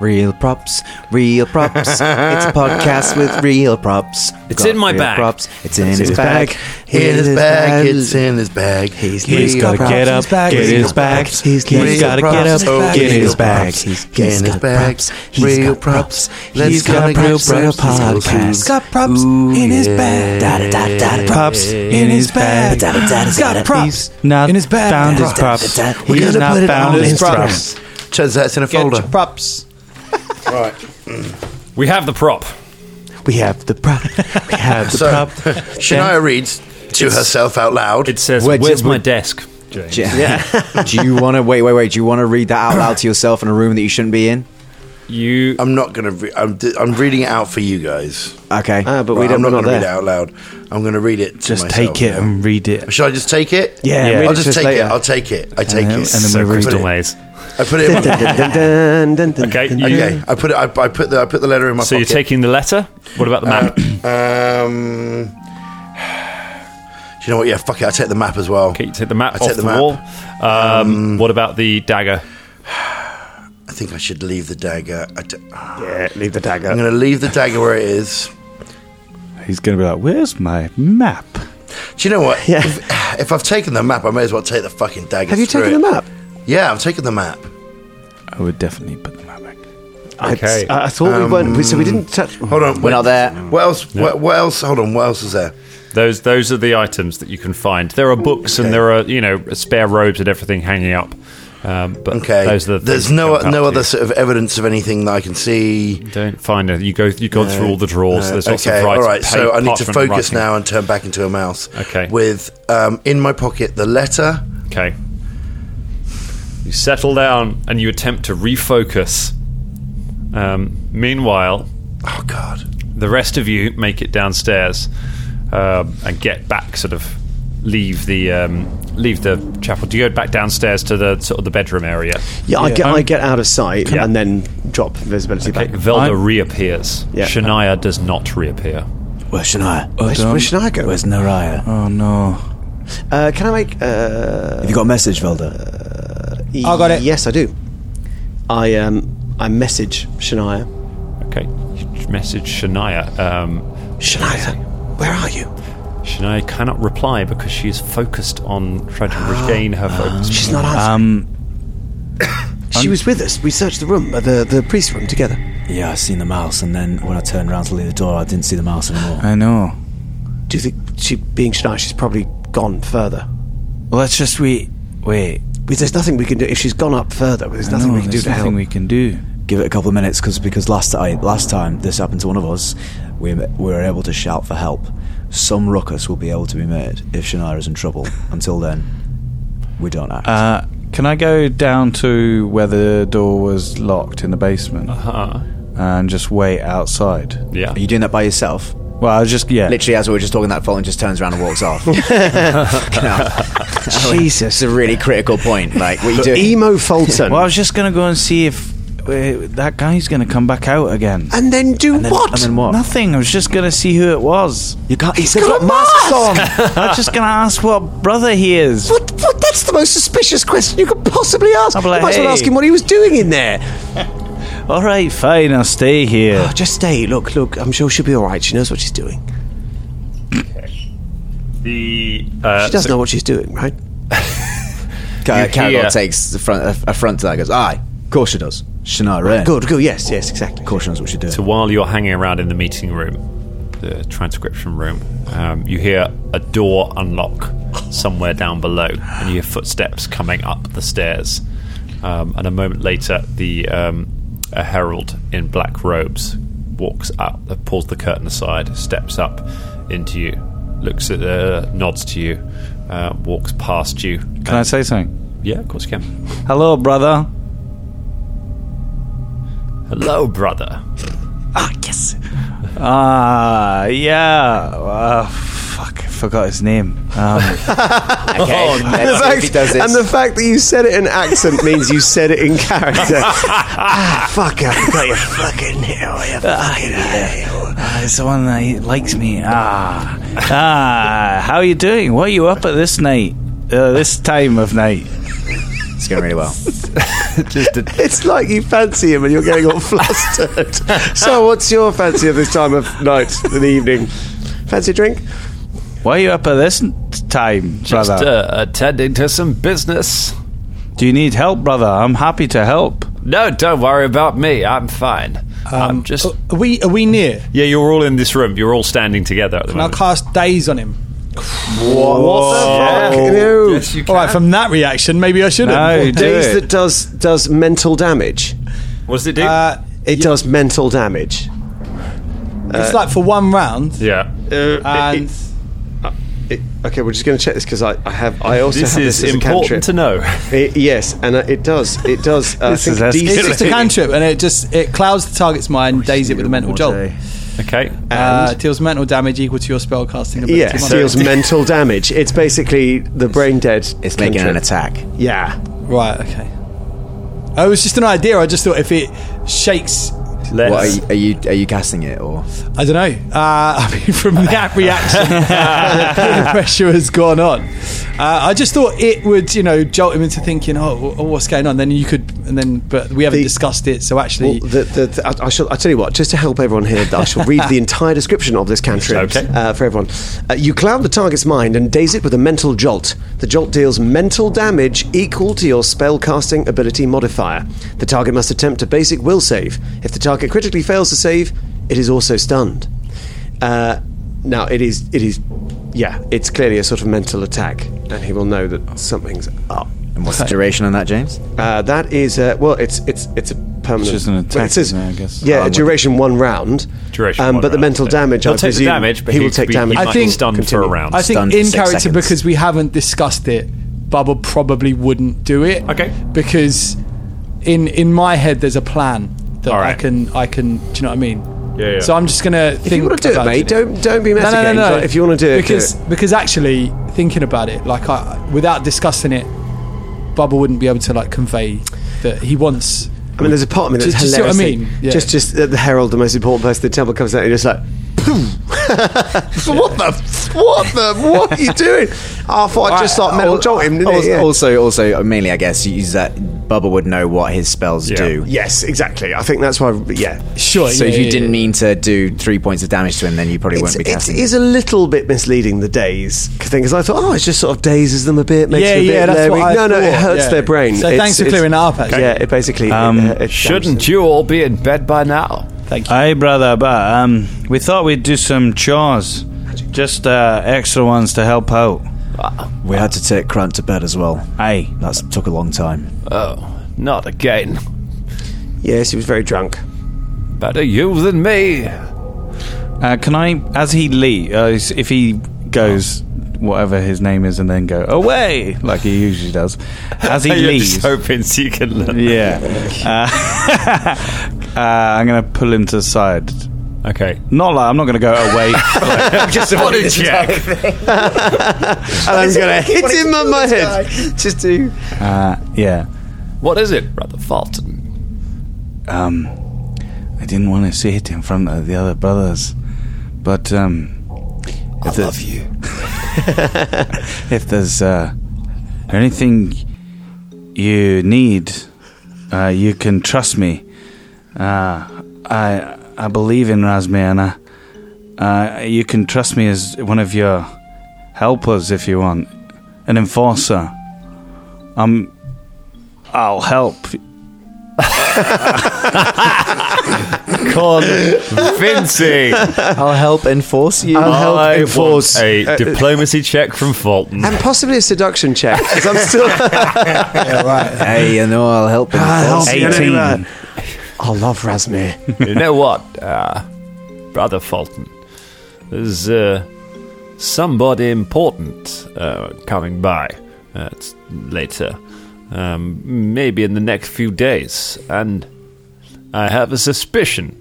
B: Real props, real props. it's a podcast with real props.
C: It's in my
B: real
C: bag.
B: Props. It's in his bag.
H: In his bag, it's in his bag. He's,
E: He's gotta get up, get his back. He's gotta get
H: Oh,
E: up, get his back.
H: He's in his bag. Real props. Let's
E: He's got
H: gotta
E: real
H: get real
E: props.
H: props.
D: got props in his bag. Da da da Props in his bag. Da da da. He's got props.
E: Not
D: In his bag.
E: found his
D: Props.
E: props.
H: We're
E: He's
H: gonna
E: not
H: put it
E: found
H: on
E: his
H: his
E: props.
H: Chaz, that's in a
D: Get
H: folder.
D: your props.
H: Right.
C: We have the prop.
D: We have the prop. We have
H: So, Shania reads to herself out loud.
C: It says,
B: Where-
C: "Where's
B: where-
C: my desk?" James.
B: Yeah. do you want to wait? Wait, wait. Do you want to read that out loud to yourself in a room that you shouldn't be in?
C: You
H: I'm not going to. Re- I'm, d- I'm reading it out for you guys.
B: Okay.
A: Ah, but
H: Right,
A: we don't
H: I'm not
A: we're
H: going to read it
A: there.
H: out loud. I'm going to read it. To
E: Just
H: myself
E: take it
H: now.
E: and read it.
H: Should I just take it?
A: Yeah, read
H: I'll
A: it
H: just,
A: just
H: take
A: later.
H: it. I'll take it. I take
E: then-
H: it.
E: and then we read
H: I
E: it.
H: put it.
C: delays.
H: I put it. In my,
A: Dun, dun, dun, dun,
C: Okay,
A: dun,
C: you-
A: dun.
H: okay. I put it. I, I put the. I put the letter in my
C: So you're
H: pocket. Uh,
C: taking the letter. What about the map?
H: Um, do you know what? Yeah, fuck it. I take the map as well.
C: okay, you take the map
H: I
C: off
H: take
C: the,
H: the map.
C: wall. Um, what about the dagger?
H: I think I should leave the dagger. I d-
A: Yeah, leave the
H: I'm
A: dagger.
H: going to leave the dagger where it is.
E: He's gonna be like, "Where's my map?"
H: Do you know what?
A: Yeah.
H: If, if I've taken the map, I may as well take the fucking dagger.
A: Have you
H: Screw
A: taken the
H: it.
A: map?
H: Yeah, I've taken the map.
E: I would definitely put the map back.
C: Okay.
H: uh,
A: I, I thought we weren't. we- So we didn't touch.
H: Hold on,
B: We're not there.
H: What else? What, what else? Hold on, what else is there?
C: Those those are the items that you can find. There are books and there are you know spare robes and everything hanging up. Um, but
H: Okay,
C: those are the
H: there's
C: things that
H: no
C: jump out
H: no
C: to
H: other
C: you.
H: sort of evidence of anything that I can see.
C: Don't find it. You go you go through all the drawers. there's lots
H: okay,
C: of writing.
H: all right. So
C: pa-
H: I need to
C: parchment
H: focus
C: writing.
H: now and turn back into a mouse.
C: Okay.
H: With um, in my pocket the letter.
C: Okay. You settle down and you attempt to refocus. Um, meanwhile,
H: Oh God.
C: the rest of you make it downstairs um, and get back sort of leave the um, leave the chapel do you go back downstairs to the sort of the bedroom area
A: Yeah, I get I get out of sight
C: Yeah.
A: and then drop visibility back.
C: Velda
E: I'm-
C: reappears
A: Yeah.
C: Shania does not reappear
B: Where's Shania?
A: Where's, where should I go?
B: Where's Naraya?
E: um, Oh no!
A: Uh, can I make? Uh,
B: Have you got a message, Velda?
D: I got it.
A: Yes, I do. I um I message Shania.
C: okay you message Shania um,
A: Shania, where are you?
C: Shania cannot reply because she is focused on trying to regain her focus
A: She's not answering.
E: Um,
A: she was with us. We searched the room, uh, the the priest room together.
B: Yeah, I seen the mouse, and then when I turned around to leave the door, I didn't see the mouse anymore.
E: I know.
A: Do you think she, being Shania, she's probably gone further?
E: Well, let's just wait. Wait.
A: But there's nothing we can do if she's gone up further. There's nothing
E: No,
A: we can do
E: there's
A: to
E: nothing
A: help.
E: we can do.
B: Give it a couple of minutes, cause, because last I, last time this happened to one of us, we, we were able to shout for help. Some ruckus will be able to be made if Shania is in trouble. Until then, we don't act.
E: Uh, can I go down to where the door was locked in the basement
A: Uh-huh.
C: uh,
E: and just wait outside?
C: yeah
B: Are you doing that by yourself?
E: Well, I was just yeah.
B: Literally, as we were just talking, that Fulton just turns around and walks off.
A: Jesus,
B: It's a really critical point. Like, what are you doing?
A: emo Fulton.
E: Well, I was just gonna go and see if uh, that guy's gonna come back out again.
A: and then do
B: And then-
A: what?
B: And then what?
E: Nothing. I was just gonna see who it was.
B: You can't. He's
A: got a mask on.
E: I was just gonna ask what brother he is.
A: What, what? That's the most suspicious question you could possibly ask.
E: I'm like,
A: you might as well
E: hey.
A: ask him what he was doing in there.
E: All right, fine. I'll stay here.
A: Oh, just stay. Look, look. I'm sure she'll be all right. She knows what she's doing.
C: the uh,
A: She does
C: so-
A: know what she's doing, right?
B: Ca-
C: You hear-
B: Caragol takes the front, a, a front to that. Goes, aye, of course she does. Shania Rain.
A: Good, good. Yes, yes, exactly.
B: Of course she knows what she does.
C: So while you're hanging around in the meeting room, the transcription room, um, you hear a door unlock somewhere down below, and you hear footsteps coming up the stairs. Um, and a moment later, the um, a herald in black robes walks up, uh, pulls the curtain aside, steps up into you, looks at, uh, nods to you, uh, walks past you.
E: Can I say something?
C: Yeah, of course you can.
E: Hello, brother.
C: Hello, brother.
E: Ah, yeah. Ah, fuck, I Uh, forgot his name.
B: Okay.
A: And the,
B: Let's see if
A: fact,
B: he does this.
A: Oh, and the fact that you said it in accent means you said it in character. ah, fuck, I got your fucking oh, nail. You fucking nail.
E: Ah, it's the one that likes me. Ah, ah. How are you doing? What are you up at this night? Uh, this time of night.
B: It's going really well.
A: It's like you fancy him and you're getting all flustered. so, what's your fancy at this time of night, in the evening? Fancy a drink?
E: Why are you up at this n- time,
C: Just
E: brother?
C: uh, attending to some business.
E: Do you need help, brother? I'm happy to help.
C: No, don't worry about me. I'm fine.
A: Um,
C: I'm just.
A: oh.
D: Oh, Are we are we near?
C: Yeah, you're all in this room. You're all standing together at the
D: And I'll
C: moment.
D: cast daze on him.
E: Oh.
C: Oh.
A: What the fuck? No.
C: Yes, you
D: All right, from that reaction, maybe I shouldn't.
E: No, do
A: Days
E: it.
A: that does does mental damage.
C: What does it do?
D: Uh,
A: It does mental damage.
D: it's like for one round,
C: yeah.
D: and
A: It, okay, we're just going to check this because I, I have I also
C: This
A: have
C: is
A: this as a cantrip.
C: important to know.
A: It- yes, and uh, it does. It does. Uh,
E: This
A: I think
E: is escalating.
D: it's just a cantrip, and it just it clouds the target's mind, and dazes it with a mental jolt.
C: Okay.
D: Uh, deals mental damage equal to your spellcasting ability.
A: Yeah, it deals mental damage. It's basically the brain dead.
B: It's making an
A: cantrip.
B: attack.
A: Yeah.
D: Right. Okay. Oh, it was just an idea. I just thought if it shakes,
C: Let's.
B: What, are, you, are you are you casting it or?
D: I don't know. Uh, I mean, from that reaction, the pressure has gone on. Uh, I just thought it would, you know, jolt him into thinking, oh, oh, what's going on? Then you could, and then, but we haven't
A: The-
D: discussed it, so
A: Well,
D: actually,
A: the, the, the, I, I shall. I tell you what. Just to help everyone here, I shall read the entire description of this cantrip
C: Okay.
A: uh, for everyone. Uh, you cloud the target's mind and daze it with a mental jolt. The jolt deals mental damage equal to your spell casting ability modifier. The target must attempt a basic will save. If the target critically fails to save, it is also stunned. Uh, now it is. It is. Yeah, it's clearly a sort of mental attack, and he will know that something's up.
B: And what's the duration on that, James?
A: Uh, that is uh, well, it's it's it's a permanent.
E: It's just an attack,
A: it says-
E: isn't it, I guess? Oh,
A: Yeah, duration one round.
C: Duration
A: Um,
C: one
A: but the
C: round,
A: mental
C: so-
A: damage.
C: He'll
A: I
C: take the
A: presume
C: damage, but
A: he will
C: he'll
A: take
C: be- he
A: damage.
C: might
D: I be think-
C: stunned for a
A: Continue.
C: round.
D: I think
B: stunned for
D: in
B: six
D: character
B: seconds.
D: because we haven't discussed it, Bubba probably wouldn't do it.
C: Okay.
D: Because in in my head, there's a plan that
C: All
D: I
C: right.
D: can I can. Do you know what I mean?
C: Yeah, yeah.
D: So I'm just gonna. Think
A: If you want to do it,
D: about
A: mate, don't don't be
D: No,
A: messing
D: no, no, no.
A: If you want to do it, do
D: because
A: it.
D: because actually thinking about it, like I without discussing it, Bubba wouldn't be able to like convey that he wants.
A: I mean, there's a part of me that's
D: Just- just see what I
A: hilarious.
D: mean? Yeah.
A: Just just uh, the herald, the most important person in the temple, comes out and you're just like. "Poof." what the? What the? What are you doing? Oh, I thought I'd just like mental
B: Al-
A: jolt him, didn't
B: al-
A: it? Yeah.
B: Also, also, uh, mainly, I guess, is that Bubba would know what his spells
C: Yeah.
B: do.
A: Yes, exactly. I think that's why. Yeah,
D: Sure.
B: So
D: yeah,
B: if you
D: yeah,
B: didn't
D: yeah.
B: mean to do three points of damage to him, then you probably
A: It's,
B: wouldn't be
A: it
B: casting.
A: is a little bit misleading the days thing because I thought oh it just sort of dazes them a bit makes
D: Yeah,
A: them a bit
D: yeah, that's what
A: leery.
D: I
A: no no it
D: thought,
A: hurts
D: yeah.
A: their brain
D: So thanks for clearing that up, actually.
A: yeah it basically
E: Um,
A: it, it
C: Shouldn't you all be in bed by now?
D: Thank you.
E: Hey, brother, but um, we thought we'd do some chores, just uh, extra ones to help out.
C: Uh,
B: we had to take Krant to bed as well.
E: Aye.
B: That took a long time.
C: Oh, not again.
A: yes he was very drunk
C: Better you than me.
E: Uh, can I, as he leaves, uh, s- if he goes, whatever his name is, and then go away like he usually does, as he
C: You're
E: leaves,
C: just hoping so you can learn.
E: yeah, uh, uh, I'm gonna pull him to the side.
C: Okay.
E: Not like I'm not gonna go away.
C: Just a body check.
A: and I'm gonna hit him on my head just do
E: uh, yeah,
C: What is it, Brother Fulton?
E: um, I didn't want to say it in front of the other brothers, but um, I love you. if there's uh, anything you need, uh, you can trust me. Uh, I I believe in Rasmiana. Uh, you can trust me as one of your helpers if you want, an enforcer. Um, I'll help.
C: Convincing.
B: I'll help enforce you.
A: I'll help
C: I
A: enforce
C: want a
A: uh,
C: diplomacy check from Fulton.
A: and possibly a seduction check 'cause I'm still
B: hey, you know, I'll help enforce
A: help
B: you.
A: you.
E: Eighteen.
A: I love Rasmir
C: you know what, uh, Brother Fulton? There's uh, somebody important uh, coming by uh, it's later, um, maybe in the next few days, and I have a suspicion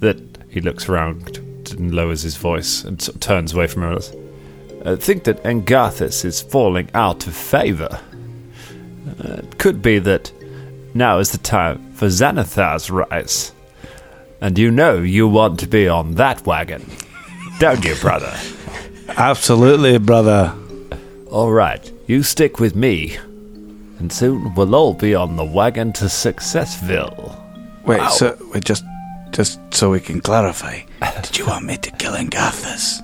C: that he looks around and lowers his voice and sort of turns away from us. I think that Engathus is falling out of favor. Uh, it could be that now is the time for Xanathar's rise. And you know you want to be on that wagon, don't you, brother?
E: Absolutely, brother.
C: All right, you stick with me, and soon we'll all be on the wagon to Successville.
E: Wait, so wait, just just so we can clarify. Did you want me to kill Engathus?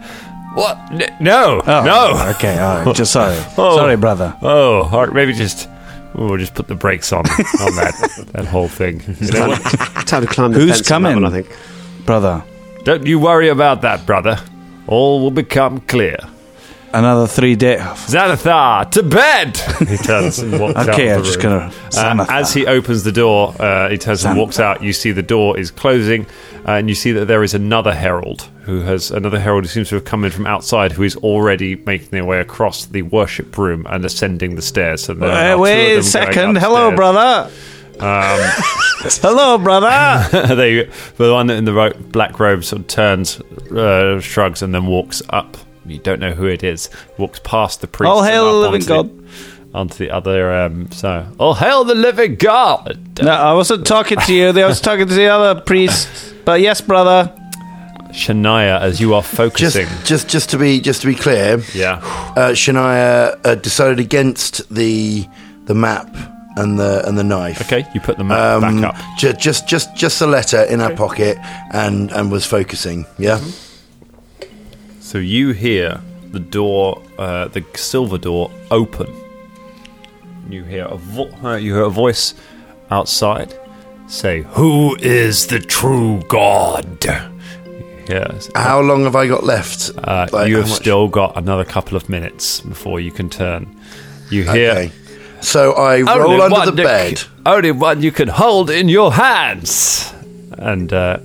C: What? N- no, no.
E: Oh, Okay, all right. Just sorry.
C: Oh.
E: Sorry, brother.
C: Oh, all right, maybe just we'll just put the brakes on on that that whole thing. You know what?
A: Time to climb the
E: Who's
A: fence on that
E: coming?
A: one, I think.
E: Brother.
C: Don't you worry about that, brother. All will become clear.
E: Another three day off.
C: Xanathar, to bed! He turns and walks out.
E: Okay,
C: of the
E: I'm just
C: room.
E: gonna
C: Uh,
E: Xanathar.
C: as he opens the door, uh, he turns and walks out. You see the door is closing, uh, and you see that there is another herald who has another herald who seems to have come in from outside, who is already making their way across the worship room and ascending the stairs. So there are
E: Hey,
C: two of
E: Uh, wait
C: them
E: a second.
C: going
E: Hello,
C: upstairs. Um,
E: brother. Hello, brother.
C: they, the one in the ro- black robe sort of turns, uh, shrugs, and then walks up. You don't know who it is. Walks past the priest.
E: All
C: and
E: hail
C: up
E: the living
C: onto
E: God.
C: The, onto the other. Um, so, all hail the living God.
E: no, I wasn't talking to you. I was talking to the other priest. But yes, brother.
C: Shania, as you are
H: Just,
C: focusing.
H: just, just to be, just to be clear,
C: yeah.
H: uh, Shania uh, decided against the the map and the and the knife.
C: Okay, you put the map
H: Um,
C: back up.
H: ju- just, just, just the letter in her pocket, and and was focusing. Yeah.
C: Mm-hmm. So you hear the door, uh, the silver door, open. You hear a vo- uh, you hear a voice outside say, "Who is the true God?" Yes.
H: How long have I got left?
C: Uh,
H: Like,
C: you
H: how
C: have
H: much-
C: still got another couple of minutes before you can turn. You hear
H: Okay. So I
C: only
H: roll under
C: one
H: the
C: you
H: bed.
C: c- only one you can hold in your hands, and uh,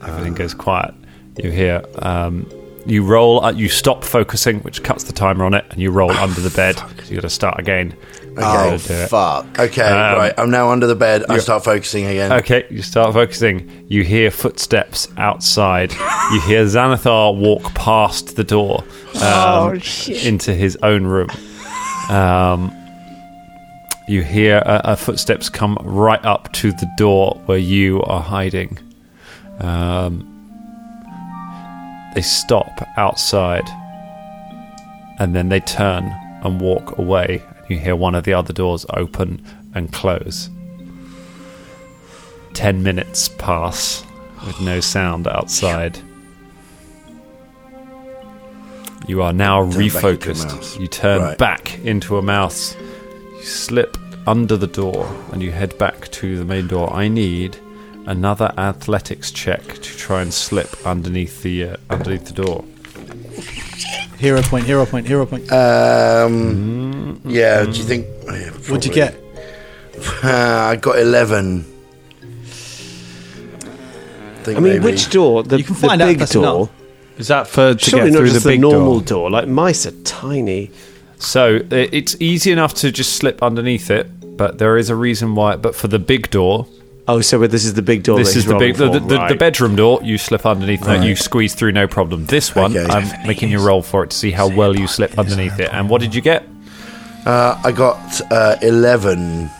C: everything goes quiet. You hear um, you roll. Uh, you stop focusing, which cuts the timer on it, and you roll under the bed. You got to start again.
H: Oh,
C: You gotta do it.
B: Fuck.
H: Okay,
C: Um,
H: right. I'm now under the bed. I start focusing again.
C: Okay, you start focusing. You hear footsteps outside. you hear Xanathar walk past the door um, into his own room. Um, you hear uh, uh, footsteps come right up to the door where you are hiding. Um, they stop outside and then they turn and walk away. You hear one of the other doors open and close. Ten minutes pass with no sound outside. You are now
H: back into a
C: refocused.
H: mouse.
C: You turn
H: Right.
C: back into a mouse. You slip under the door and you head back to the main door. I need another athletics check to try and slip underneath the uh, underneath the door.
D: Hero point, hero point, hero point.
H: Um, yeah. Do you think? oh, yeah,
D: What'd you
H: probably.
D: get?
H: Uh, I got eleven. Think
A: I mean,
H: maybe-
A: which door? The,
D: You can
A: the
D: find out if
A: big
D: that's
A: door.
D: enough.
E: Is that for to
A: Surely
E: get
A: not
E: through
A: just
E: the
A: the,
E: big
A: normal
E: door?
A: door. Like mice are tiny.
C: So uh, it's easy enough to just slip underneath it, but there is a reason why. But for the big door,
A: Oh, so this is the big door.
C: this
A: that
C: is
A: he's
C: the big the,
A: rolling for,
C: the, the, the
A: right.
C: bedroom door. You slip underneath that, you squeeze through, no problem. This one,
H: Okay.
C: I'm making you roll for it to see how well you slip underneath it. And what did you get?
H: Uh, I got uh, eleven.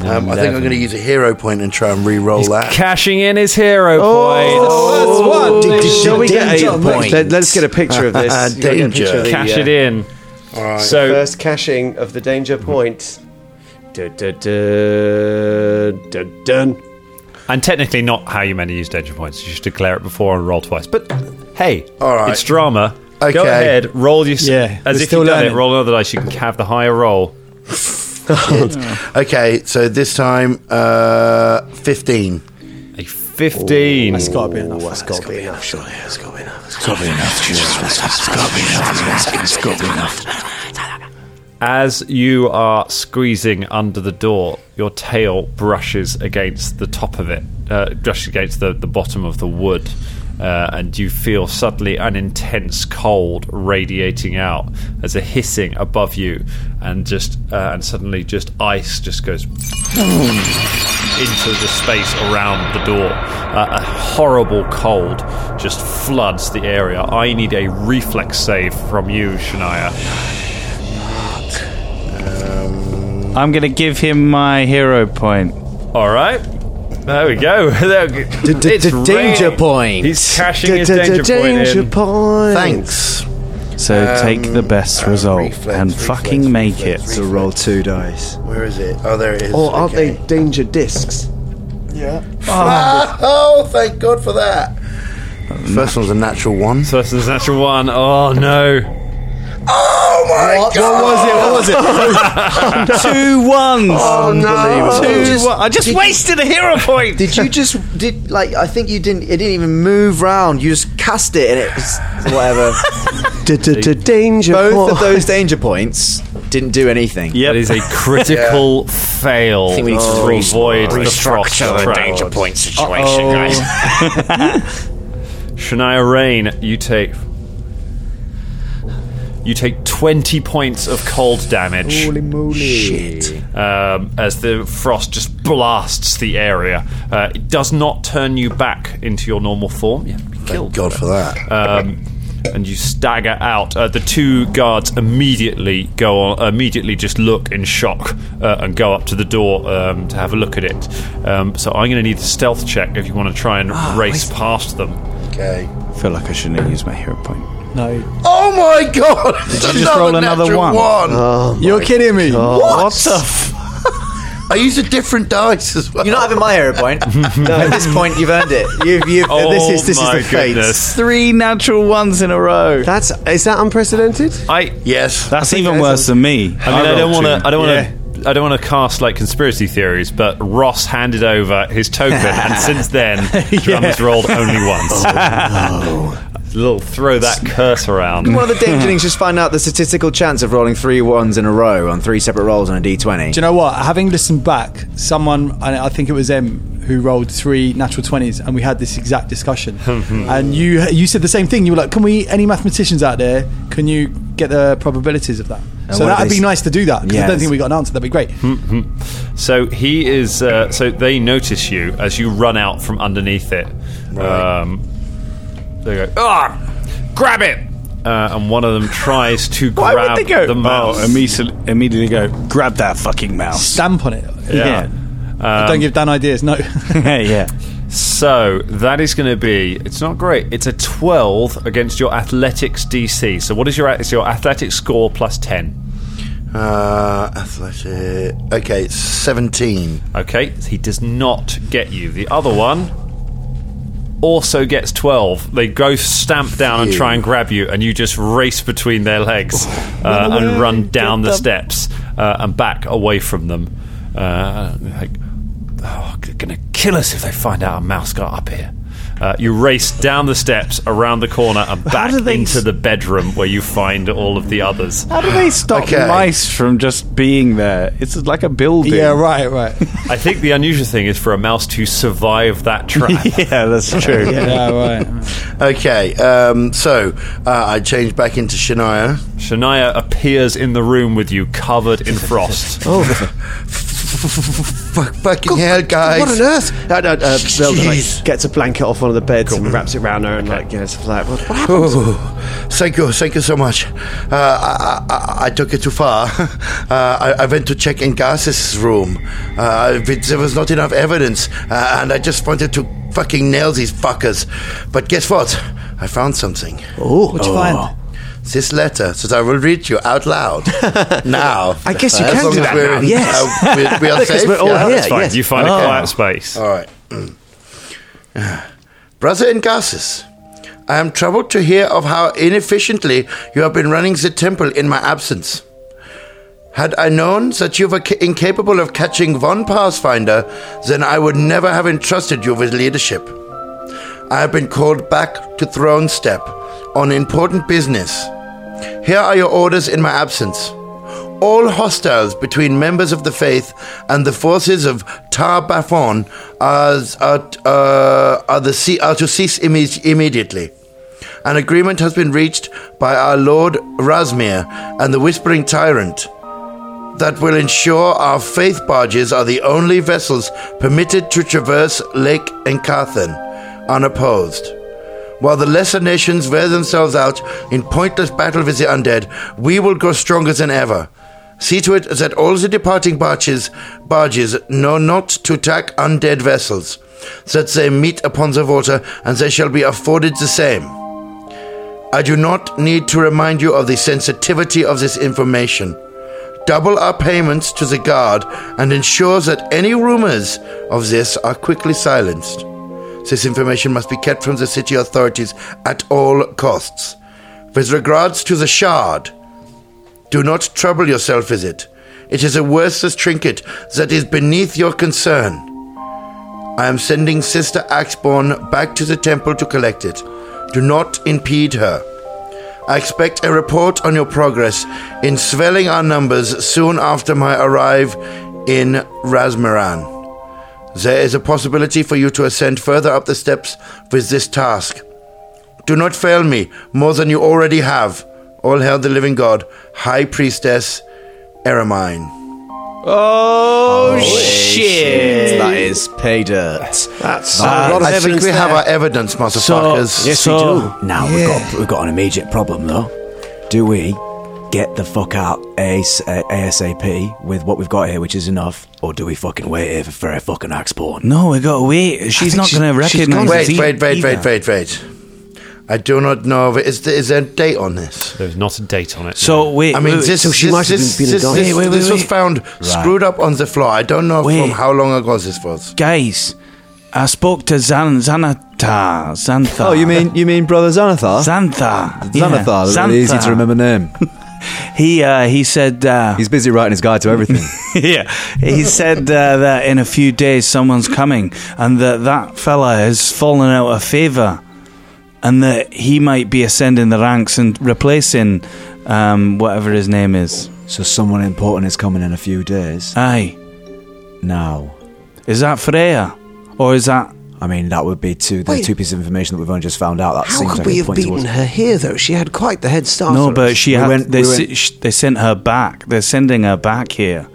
H: Um, I think I'm going to use a hero point and try and re-roll
C: He's
H: that.
C: cashing in his hero point.
D: Oh,
A: Did- did- shall we get a
H: Danger point.
A: Let, us get a picture of this. You gotta get a picture of the,
C: Cash
A: uh,
C: it in. So
A: First caching of the danger point. Dun, dun, dun, dun, dun.
C: And technically, not how you meant to use danger points. You should declare it before and roll twice. But hey,
H: All right.
C: it's drama.
H: Okay.
C: Go ahead, roll your
D: Yeah,
C: as
D: we're
C: if
D: still
C: you've done it.
D: learning.
C: Roll another dice. You can have the higher roll.
H: Okay, so this time, uh, fifteen.
C: A fifteen.
D: It's got to be enough.
A: That's got to be enough. Surely that's got to be enough.
C: As you are squeezing under the door, your tail brushes against the top of it, uh, brushes against the, the bottom of the wood, uh, and you feel suddenly an intense cold radiating out as a hissing above you, and just uh, and suddenly just ice just goes into the space around the door. Uh, a horrible cold just floods the area. I need a reflex save from you, Shania.
E: I'm gonna give him my hero point.
C: All right. There we go. There we go. It's
B: danger
C: raining.
B: point.
C: He's cashing his danger point in.
A: point.
H: Thanks.
E: So take the best
H: uh,
E: result
H: reflex,
E: and
H: reflex,
E: fucking
H: reflex,
E: make it.
H: reflex.
G: So roll two dice.
H: Where is it? Oh, there it is.
A: Or aren't
H: Okay.
A: they danger discs?
H: Ah, oh, thank God for that. First one's a natural one.
C: So this is natural one. Oh no.
H: Oh my God!
E: Two ones. Oh
H: Unbelievable.
E: Two one- I just wasted a hero point.
I: Did you just did like? I think you didn't. It didn't even move round. You just cast it, and it was whatever.
A: Danger
B: Both of
A: point.
B: those danger points didn't do anything.
C: Yeah, That is a critical fail
B: think we need to
C: to
B: re-
C: avoid the frost crowd.
B: point situation, guys.
C: Shania Rain, you take you take twenty points of cold damage. Holy moly! Shit. Um, as the frost just blasts the area, uh, it does not turn you back into your normal form. You have to be killed.
H: God for that.
C: Um, and you stagger out. Uh, the two guards immediately go on, immediately just look in shock uh, and go up to the door um, to have a look at it. Um, so I'm going to need a stealth check if you want to try and race past them.
H: Okay.
E: I feel like I shouldn't have used my hero point.
D: No,
H: Oh my God!
E: you just roll another
H: natural
E: one?
B: Oh
D: you're kidding me.
E: What, the? F-
H: I use a different dice as well.
B: You're not having my hero point. no, at this point, you've earned it. You've, you've,
C: Oh
B: Uh, this is this
C: my
B: is the fate.
C: goodness!
E: Three natural ones in a row.
A: That's is that unprecedented?
C: I
H: yes.
E: That's even worse than me.
C: I mean, I, don't
E: rolled
C: want
E: two.
C: to. I don't want to. I don't want to cast like conspiracy theories, but Ross handed over his token, and since then, Drum has rolled only once.
B: Oh,
C: Little throw that curse around.
B: One of the danger things just find out the statistical chance of rolling three ones in a row on three separate rolls on a d20.
D: Do you know what? Having listened back, someone, and I think it was M, who rolled three natural 20s, and we had this exact discussion. and you you said the same thing. You were like, can we, any mathematicians out there, can you get the probabilities of that?
B: what
D: so that
B: did
D: would
B: they
D: be
B: s-
D: nice to do that, because I
B: Yes.
D: don't think we got an answer. That'd be great.
C: So he is. Uh, so they notice you as you run out from underneath it. Um, they go, ah, grab it, uh, and one of them tries to
E: Why
C: grab
E: would they go?
C: the mouse.
E: Oh, immediately, immediately go. Grab that fucking mouse.
D: Stamp on it.
C: yeah.
D: don't give Dan ideas. No.
E: yeah, yeah.
C: So that is going to be. It's not great. It's a twelve against your athletics DC. So what is your it's your athletics score plus ten?
H: Uh, athletic. Okay, it's 17.
C: Okay, he does not get you. The other one also gets twelve. They go stamp down and try and grab you, and you just race between their legs
E: Oh,
C: uh, and run down the steps uh, and back away from them. Uh, like, oh, they're going to kill us if they find out a mouse got up here. Uh, you race down the steps, around the corner, and back
E: do they
C: into
E: s-
C: the bedroom where you find all of the others.
E: How do they stop
H: Okay.
E: mice from just being there? It's like a building.
D: yeah, right, right.
C: I think the unusual thing is for a mouse to survive that trap.
E: yeah, that's true.
D: yeah, right.
H: Okay, um, so uh, I changed back into Shania.
C: Shania appears in the room with you, covered in frost.
H: Fuck, fucking hell, guys.
A: What on earth? Uh, no, uh, Zelda like,
H: Jeez.
A: gets a blanket off one of the beds and wraps it around her and like, you know, stuff like that. What, what happened?
H: Oh, thank you, thank you so much. Uh, I, I, I took it too far. Uh, I, I went to check in Gas's room. Uh, but there was not enough evidence, uh, and I just wanted to fucking nail these fuckers. But guess what? I found something.
D: What'd you find?
H: This letter that I will read you out loud now.
A: I guess you
H: As
A: can
H: long
A: do
H: as
A: that
H: we're
A: now,
H: in-
A: yes.
H: uh, we- we, are
A: Because
H: safe.
A: we're all
H: yeah?
A: here,
C: That's fine.
A: yes.
C: You find a quiet space.
H: All right. Brother Ingasis, I am troubled to hear of how inefficiently you have been running the temple in my absence. Had I known that you were ca- incapable of catching one Pathfinder, then I would never have entrusted you with leadership. I have been called back to Throne Step on important business. Here are your orders in my absence. All hostiles between members of the faith and the forces of Tar Bafon are, are, uh, are, the, ce- are to cease imme- immediately. An agreement has been reached by our Lord Rasmir and the Whispering Tyrant. that will ensure our faith barges are the only vessels permitted to traverse Lake Encarthen unopposed. While the lesser nations wear themselves out in pointless battle with the undead, we will grow stronger than ever. See to it that all the departing barges, barges know not to attack undead vessels, that they meet upon the water, and they shall be afforded the same. I do not need to remind you of the sensitivity of this information. Double our payments to the guard and ensure that any rumors of this are quickly silenced. This information must be kept from the city authorities at all costs. With regards to the shard, do not trouble yourself with it. It is a worthless trinket that is beneath your concern. I am sending Sister Axborn back to the temple to collect it. Do not impede her. I expect a report on your progress in swelling our numbers soon after my arrive in Rasmaran. There is a possibility for you to ascend further up the steps with this task. Do not fail me more than you already have. All hail the living God, High Priestess Eremine.
B: Oh, shit.
I: That is pay dirt.
H: That's a lot of I think we have our evidence, motherfuckers.
B: so, Now we've got we've got an immediate problem though. Do we get the fuck out AS, uh, ASAP with what we've got here, which is enough, or do we fucking wait here for Fair fucking Axborn?
E: No, we gotta wait. She's not gonna recognize us.
H: wait,
E: e-
H: wait, wait,
E: either.
H: wait, wait, wait. I do not know of it. Is there, is there a date on this?
C: There's not a date on it.
E: So wait,
H: I mean,
E: wait,
H: this,
E: wait.
A: she
H: this,
A: might have
H: this,
A: been a
H: this,
A: guy.
H: this-
E: Wait, wait, wait,
H: this was
E: wait.
H: found screwed up on the floor. I don't know
E: Wait.
H: from how long ago this was.
E: guys, I spoke to Zan Xanatar. Xanthar.
J: Oh, you mean you mean brother Xanathar?
E: Xanthar?
J: Xanathar, that's
E: Yeah,
J: a really easy
E: Xanthar.
J: to remember name.
E: He uh, he said uh,
J: He's busy writing his guide to everything.
E: yeah. He said uh, that in a few days someone's coming, and that that fella has fallen out of favor, and that he might be ascending the ranks and replacing um, whatever his name is.
J: so someone important is coming in a few days.
E: Aye,
J: Now,
E: is that Freya, or is that?
J: I mean, that would be two. There's
A: Wait.
J: two pieces of information that we've only just found out. That
A: How
J: seems
A: could
J: like
A: we
J: a
A: have
J: point
A: beaten
J: towards-
A: her here, though? She had quite the head start.
E: No,
A: on
E: but
A: us.
E: she
J: We
E: had,
J: went-
E: they
J: we
E: se-
J: went-
E: sh they sent her back. They're sending her back here.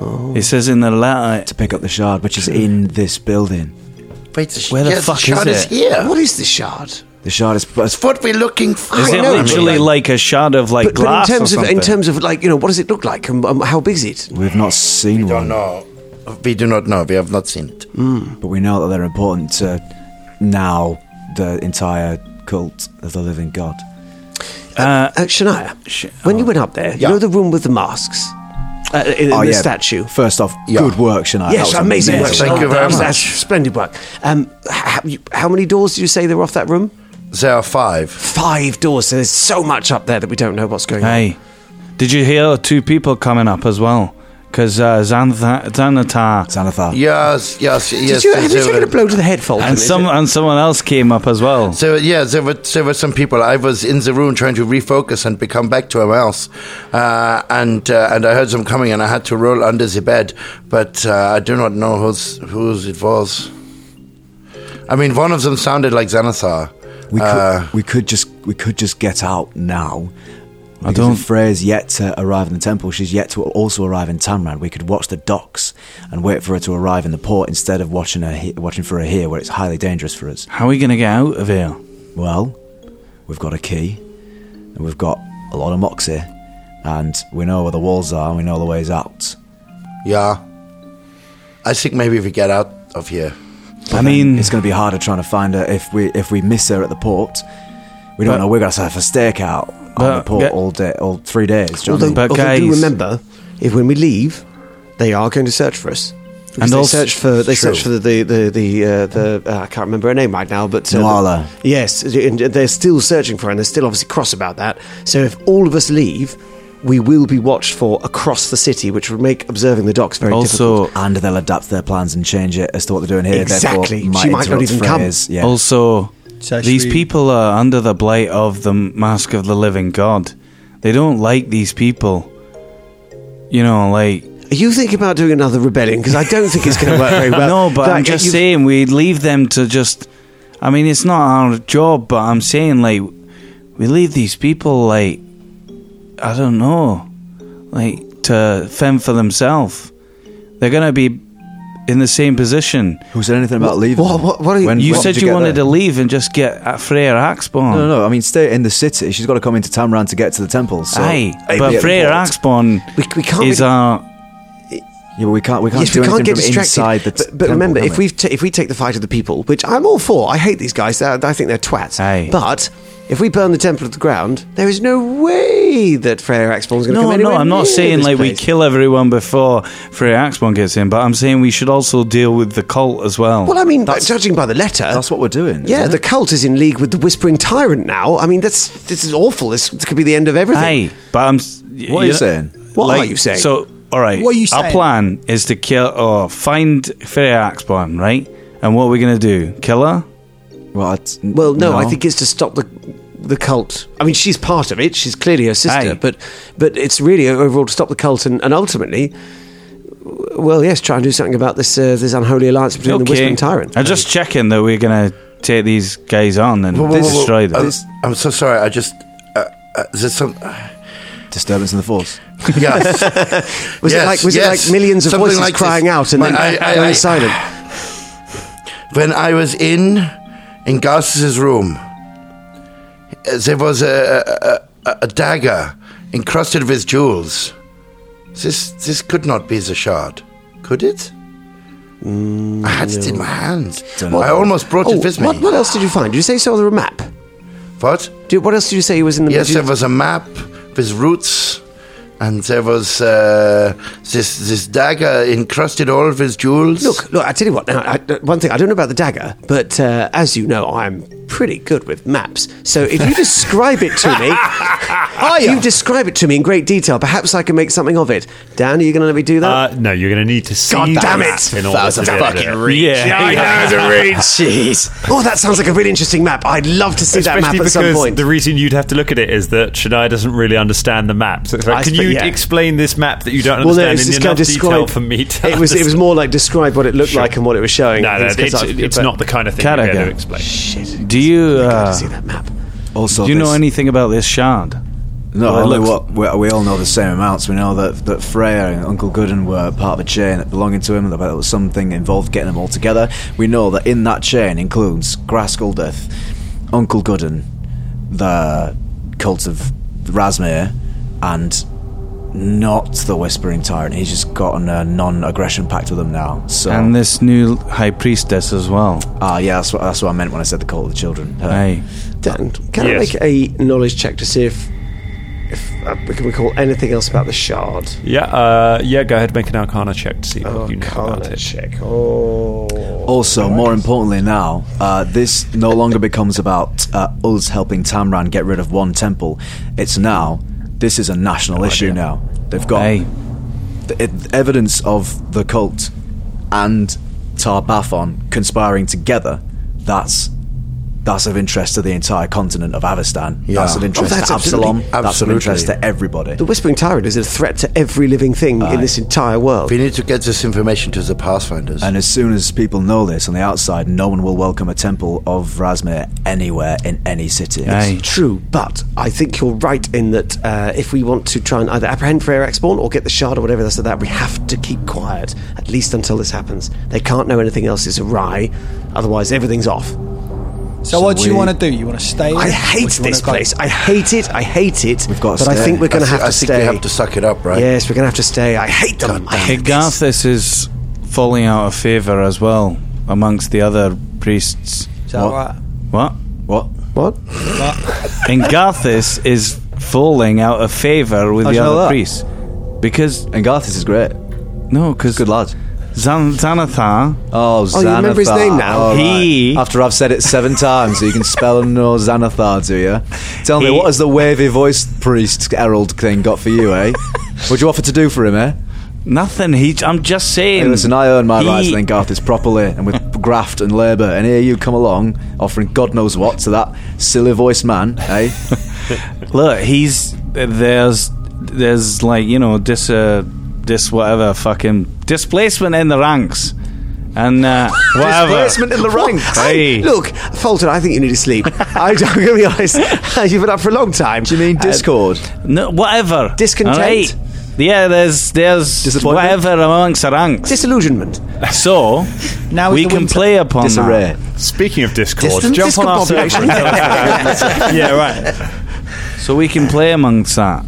A: Oh.
E: It says in the letter.
J: to pick up the shard, which is in this building.
H: Wait, the, sh-
E: Where the
H: yes,
E: fuck is
H: shard
E: it?
H: here.
A: What is the shard?
J: The shard is.
H: It's what we're looking for.
E: Is it
A: know,
E: literally
A: but-
E: like a shard of like
A: But, but in
E: glass
A: terms
E: or
A: of
E: something?
A: in terms of like you know, what does it look like and um, how big is it?
J: We've not seen
H: We don't
J: one,
H: know. We do not know. We have not seen it.
J: but we know that they're important to now the entire cult of the living god.
A: Uh, Shania, when you went up there, you know the room with the masks uh, in, in
B: Oh,
A: the statue.
J: Oh, First off, good work, Shania.
A: Yes,
J: That was
A: amazing work.
H: Thank you very
A: That's-
H: much.
A: That's splendid work. Um, how, how many doors did you say there were off that room?
H: There are five.
A: Five doors. So there's so much up there that we don't know what's going on.
E: Hey, did you hear two people coming up as well? Because uh, Xantha- Xanatar
J: Xanathar.
H: Yes, yes, yes.
A: Did you,
H: there-
A: have you
H: there
A: taken a
H: were-
A: blow to the head, Fulton?
E: and
A: Is
E: some
A: it-
E: and someone else came up as well.
H: So yeah, there were there were some people. I was in the room trying to refocus and become back to a mouse, uh, and uh, and I heard them coming, and I had to roll under the bed. But uh, I do not know whose whose it was. I mean, one of them sounded like Xanathar.
J: We could,
H: Uh,
J: we could just we could just get out now. I
E: don't-
J: don't. Freya's yet to arrive in the temple. She's yet to also arrive in Tamran. We could watch the docks and wait for her to arrive in the port instead of watching her he- watching for her here, where it's highly dangerous for us.
E: How are we gonna get out of here?
J: Well, we've got a key, and we've got a lot of moxie, and we know where the walls are, and we know the ways out.
H: Yeah, I think maybe we get out of here.
J: But
E: I
J: then
E: mean-
J: it's going to be harder trying to find her if we if we miss her at the port. We don't
E: But-
J: know. We're going to have a stakeout on
E: But-
J: the port
E: yeah.
J: all day, all three days. Do you know what I
A: Although,
J: mean?
E: But
A: although do
E: guys-
A: remember, if when we leave, they are going to search for us. Because
E: And
A: they
E: also-
A: search for they search for
J: True.
A: the the the, the, uh, the uh, I can't remember her name right now, but uh,
J: Nuala.
A: the- yes, and they're still searching for her, and they're still obviously cross about that. So if all of us leave, we will be watched for across the city, which would make observing the docks very difficult.
E: Also,
J: and they'll adapt their plans and change it as to what they're doing here.
A: Exactly.
J: Therefore, might
A: She might not
J: interrupt
A: even come. Oh.
J: Freya's- Yeah.
E: also,
D: So should
E: these
D: we-
E: people are under the blight of the mask of the living god. They don't like these people. You know, like
A: Are you thinking about doing another rebellion? Because I don't think it's going to work very well.
E: no, but
A: That-
E: I'm just
A: you've-
E: saying we leave them to just. I mean, it's not our job, but I'm saying like we leave these people like I don't know, like to fend for themselves. They're going to be in the same position.
J: Who said anything about leaving?
E: What,
J: what- what are you-
E: you,
J: When- when
E: said
J: did
E: you,
J: you get
E: wanted
J: there?
E: to leave and just get at Freya Axborn.
J: No, no, no. I mean, stay in the city. She's got to come into Tamran to get to the temple. So
E: Aye, but Freya Axborn is our.
J: Yeah, but we can't. We can't
A: Yes,
J: do
A: we can't
J: anything
A: get
J: from
A: distracted.
J: inside the. t-
A: but, but
J: temple,
A: remember,
J: can
A: if we t- if we take the fight of the people, which I'm all for, I hate these guys. They're, I think they're twats. But if we burn the temple to the ground, there is no way that Freya Axborn's going to come
E: No,
A: anywhere
E: no, I'm
A: near
E: not saying
A: this
E: like we
A: place.
E: kill everyone before Freya Axborn gets in, but I'm saying we should also deal with the cult as well.
A: Well, I mean, judging by the letter, that's
J: what we're doing.
A: Yeah, the cult is in league with the Whispering Tyrant now. I mean, that's this is awful. This, this could be the end of everything.
E: Hey, but I'm.
A: What are you saying? What are you saying?
E: So, all right.
A: What are you
E: Our
A: saying?
E: plan is to kill or find Freya Axborn, right? And what are we going to do? Kill her?
J: Well,
A: well, no, I think it's to stop the the cult. I mean, she's part of it. She's clearly her sister, but but it's really overall to stop the cult and, and ultimately, well, yes, try and do something about this uh, this unholy alliance between the Whispering Tyrant.
E: I'm just checking that we're going to take these guys on and
H: Whoa, whoa, whoa, whoa.
E: destroy them.
H: I'm, I'm so sorry. I just uh, uh, there's some
J: disturbance in the force.
H: Yes.
A: Was it like- was it like millions of voices crying out and then going silent?
H: When I was in in Gauss's room, uh, there was a, a, a, a dagger encrusted with jewels. This this could not be the shard, could it? I had it in my hand. I almost brought
A: Mm, Oh,
H: it with me.
A: What, what else did you find? Did you say you saw there a map?
H: What?
A: Did, what else did you say was in the?
H: Yes,
A: did you-
H: there was a map with roots, and there was uh, this this dagger encrusted all with jewels.
A: Look, look. I tell you what. Now, I, uh, one thing I don't know about the dagger, but uh, as you know, I'm pretty good with maps. So if you describe it to me, if you describe it to me in great detail, perhaps I can make something of it. Dan, are you going to let me do that?
C: Uh, no, you're going to need to see.
A: God damn
C: that
A: it!
C: In order to be able to do it.
A: Oh, that sounds like a really interesting map. I'd love to see
C: Especially
A: that map at
C: because
A: some point.
C: the reason you'd have to look at it is that Shania doesn't really understand the map. So it's
A: I
C: like, can
A: sp-
C: you
A: yeah.
C: explain this map that you don't
A: Well, no,
C: understand
A: it's
C: in
A: just
C: enough
A: kinda
C: detail
A: describe-
C: for me to
A: it was it was
C: understand?
A: more like describe what it looked like and what it was showing.
C: No, no,
A: It's 'cause
C: it's-
A: I-
C: it's
A: but-
C: not Ah. the kind of thing you'd be able to explain.
A: Shit.
E: Do you uh,
A: see that map?
J: Also,
E: do you know
J: this-
E: anything about this shard?
J: No,
E: Well, it
J: only
E: looks-
J: what we, we all know the same amounts. We know that that Freya and Uncle Gooden were part of a chain belonging to him, and that there was something involved getting them all together. We know that in that chain includes Graskuldeth, Uncle Gooden, the cult of Rasmir, and not the Whispering Tyrant. He's just gotten a non-aggression pact with them now. So
E: And this new high priestess as well.
J: Ah, yeah, that's what, that's what I meant when I said the cult of the children. Her.
E: Aye.
A: Dan, can
J: Yes.
A: I make a knowledge check to see if if uh, we can recall anything else about the shard?
C: Yeah, uh, yeah. Go ahead, make an Arcana check to see what
A: Oh,
C: you know about it.
A: Check. Oh.
J: Also, more importantly now, uh, this no longer becomes about uh, us helping Tamran get rid of one temple. It's now, this is a national issue now. They've got the, it, evidence of the cult and Tarbathon conspiring together. That's that's of interest to the entire continent of Avestan. That's of
A: Oh,
J: interest
A: that's
J: to Absalom.
A: absolutely-
J: That's of interest
A: absolutely.
J: to everybody.
A: The Whispering Tyrant is a threat to every living thing in this entire world.
H: We need to get this information to the Pathfinders.
J: And as soon as people know this on the outside, no one will welcome a temple of Rasmir anywhere in any city.
A: It's true, but I think you're right in that uh, if we want to try and either apprehend Freya Exborn or get the shard or whatever that's that, we have to keep quiet, at least until this happens. They can't know anything else is awry, otherwise everything's off.
D: So, what do you want to do? You want to stay?
A: I hate this place. I hate it. I hate it. We've got but I think we're going to have
H: I
A: to
H: think
A: stay.
H: we have to suck it up, right?
A: Yes, we're going to have to stay. I hate them. I hate
E: Igarthus is falling out of favour as well amongst the other priests.
D: that What? right?
E: What?
J: What?
A: What?
E: Engarthus is falling out of favour with
J: How'd
E: the
J: you know
E: other
J: that?
E: priests because
J: Engarthus is great.
E: No, because
J: good lad.
E: Zan- Xanathar.
J: Oh,
E: Oh, you remember his
J: Xanathar.
E: name now?
J: All right.
E: He-
J: After I've said it seven times, so you can spell and know Xanathar, do you? Tell me,
E: He-
J: what has the wavy voice priest herald thing got for you, eh? What'd you offer to do for him, eh?
E: Nothing. He. I'm just saying.
J: Hey, listen, I earn my
E: He-
J: rights, then Garth is properly and with graft and labour, and here you come along offering God knows what to that silly voiced man, eh?
E: Look, he's there's there's like you know dis uh, dis whatever fucking displacement in the ranks and uh, whatever
A: Displacement in the ranks.
E: Hey.
A: Look, Fulton, I think you need to sleep. I, I'm going to be honest. You've been up for a long time. Uh, Do you mean
J: Discord?
E: no, whatever
A: Discontent.
E: All right? Yeah, there's there's whatever amongst the ranks.
A: Disillusionment.
E: So
D: now
E: we can play upon that.
C: Speaking of Discord,
E: Distant
C: jump on our
E: discombobulation.
C: social media.
E: yeah, right. So we can play amongst that.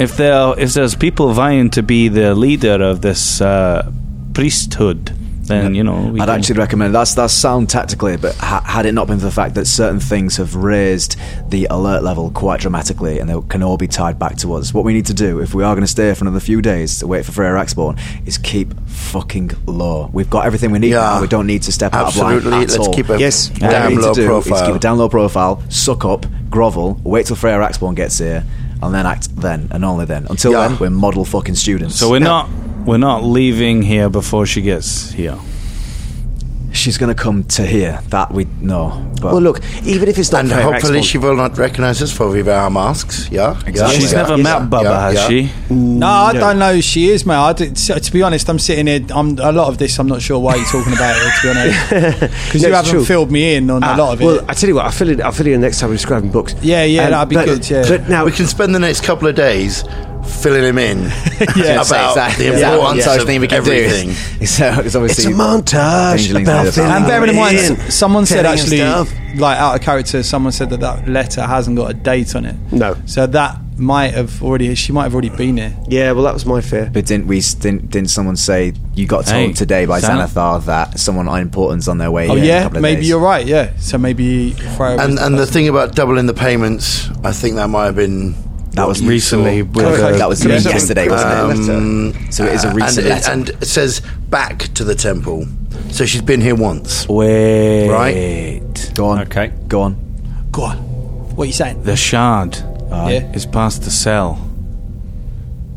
E: If there if there's people vying to be the leader of this uh, priesthood, then you know we
J: I'd
E: can-
J: actually recommend that's that's sound tactically, but ha- had it not been for the fact that certain things have raised the alert level quite dramatically, and they can all be tied back to us. What we need to do, if we are going to stay for another few days to wait for Freya Axborn, is keep fucking low. We've got everything we need. now. We don't need to step out of
H: Absolutely.
J: line at
H: Let's
J: all.
H: keep a Yes.
J: What we
H: damn
J: need to
H: low
J: do is
H: profile.
J: keep a down low profile. Suck up, grovel, wait till Freya Axborn gets here, and then act then and only then. Until then, we're model fucking students.
E: So we're not we're not leaving here before she gets here.
J: She's going to come to here. That we know. But
H: Well,
A: look, even if it's
H: And hopefully she will not recognize us for we wear our masks. Yeah,
D: Exactly.
H: yeah,
D: She's
H: yeah,
D: never
H: yeah,
D: met
E: Baba,
H: yeah,
E: has
H: yeah.
E: she?
D: No, I don't know who she is, mate. I did, so, to be honest, I'm sitting here. I'm a lot of this. I'm not sure why you're talking about it. To be honest, because
A: No,
D: you
A: it's
D: haven't
A: true.
D: filled me in on
A: Ah,
D: a lot of it.
A: Well, I tell you what, I fill it. I fill you in next time we're describing books.
D: Yeah, yeah,
A: Um,
D: that'd be
A: but-
D: good. Yeah.
A: But now
H: we can spend the next couple of days filling him in
D: Yeah,
H: about
D: exactly.
H: the
D: Yeah,
H: importance
D: yeah.
H: of
D: So thing we can do is-
H: everything.
J: So it's obviously Dangerling's made of that.
D: And bearing in mind, s- someone said
A: Telling us
D: actually,
A: stuff.
D: like out of character, someone said that that letter hasn't got a date on it.
A: No.
D: So that might have already. She might have already been here.
A: Yeah, well, that was my fear.
J: But didn't we? Didn't, didn't someone say you got told
D: Hey,
J: today by
D: Xanath-
J: Xanathar that someone on important's on their way?
D: Oh
J: here in a
D: yeah,
J: couple of
D: maybe
J: days?
D: you're right. Yeah. So maybe. Freya was
H: And and the
D: person.
H: thing about doubling the payments, I think that might have been
J: That was recently with, Correct. uh, That was yeah. yesterday, wasn't it? Letter. So it is a recent
H: and,
J: letter.
H: And it says back to the temple. So she's been here once.
E: Wait,
H: right?
J: Go on.
C: Okay,
J: go on.
D: Go on. What are you saying?
E: The shard
D: Yeah.
E: is past the cell.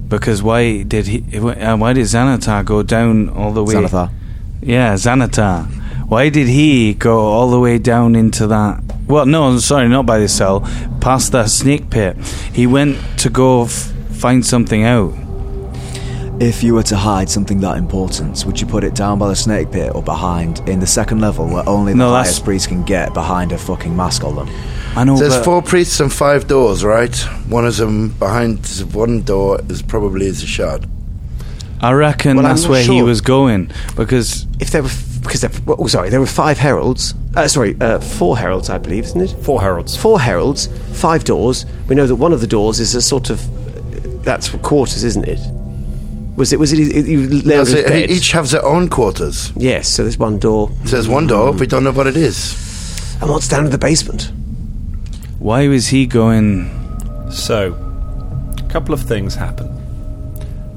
E: Because why did he? Uh, why did Xanatar go down all the way?
J: Xanathar.
E: Yeah, Xanatar. Why did he go all the way down into that? Well, no, sorry, not by the cell. Past that snake pit. He went to go f- find something out.
J: If you were to hide something that important, would you put it down by the snake pit or behind in the second level where only the
E: No, that's-
J: highest priest can get behind a fucking mask on them?
E: I know.
H: There's
J: but-
H: four priests and five doors, right? One of them behind one door is probably is a shard.
E: I reckon
H: Well, I'm
E: that's
H: not
E: where he
H: sure.
E: was going because
A: if there were f- because there, well, oh, sorry, there were five heralds. Uh, sorry, uh, four heralds, I believe, isn't it?
C: Four heralds.
A: Four heralds. Five doors. We know that one of the doors is a sort of that's quarters, isn't it? Was it? Was it? it you
H: Yeah,
A: laid
H: so
A: it beds.
H: each have their own quarters.
A: Yes. So there's one door.
H: So there's one door. We don't know what it is.
A: And what's down in the basement?
E: why was he going?
C: So, a couple of things happen.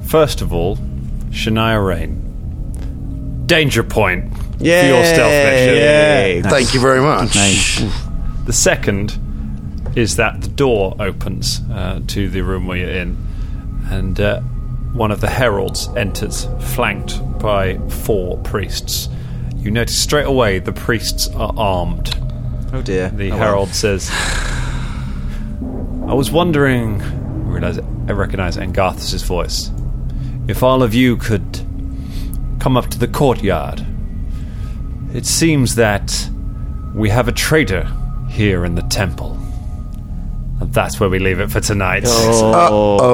C: First of all, Shania Rain. Danger point for your stealth mission.
H: Yay. Thank you very much.
C: The second is that the door opens uh, to the room where you're in, and uh, one of the heralds enters, flanked by four priests. You notice straight away the priests are armed.
J: Oh dear.
C: The
J: Oh, well.
C: herald says, I was wondering, I realize I recognize Angarthus' voice, if all of you could come up to the courtyard. It seems that we have a traitor here in the temple. And that's where we leave it for tonight.
H: Oh.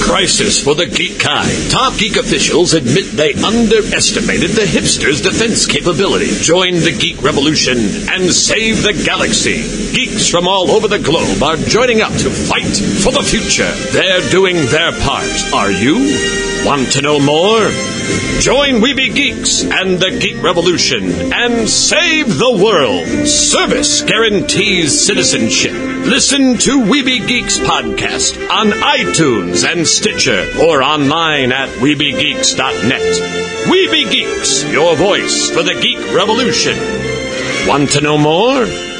K: Crisis for the geek kind. Top geek officials admit they underestimated the hipsters' defense capability. Join the geek revolution and save the galaxy. Geeks from all over the globe are joining up to fight for the future. They're doing their part. Are you? Want to know more? Join Weeby Geeks and the Geek Revolution and save the world. Service guarantees citizenship. Listen to Weeby Geeks podcast on iTunes and Stitcher or online at WeebyGeeks.net. Weeby Geeks, your voice for the Geek Revolution. Want to know more?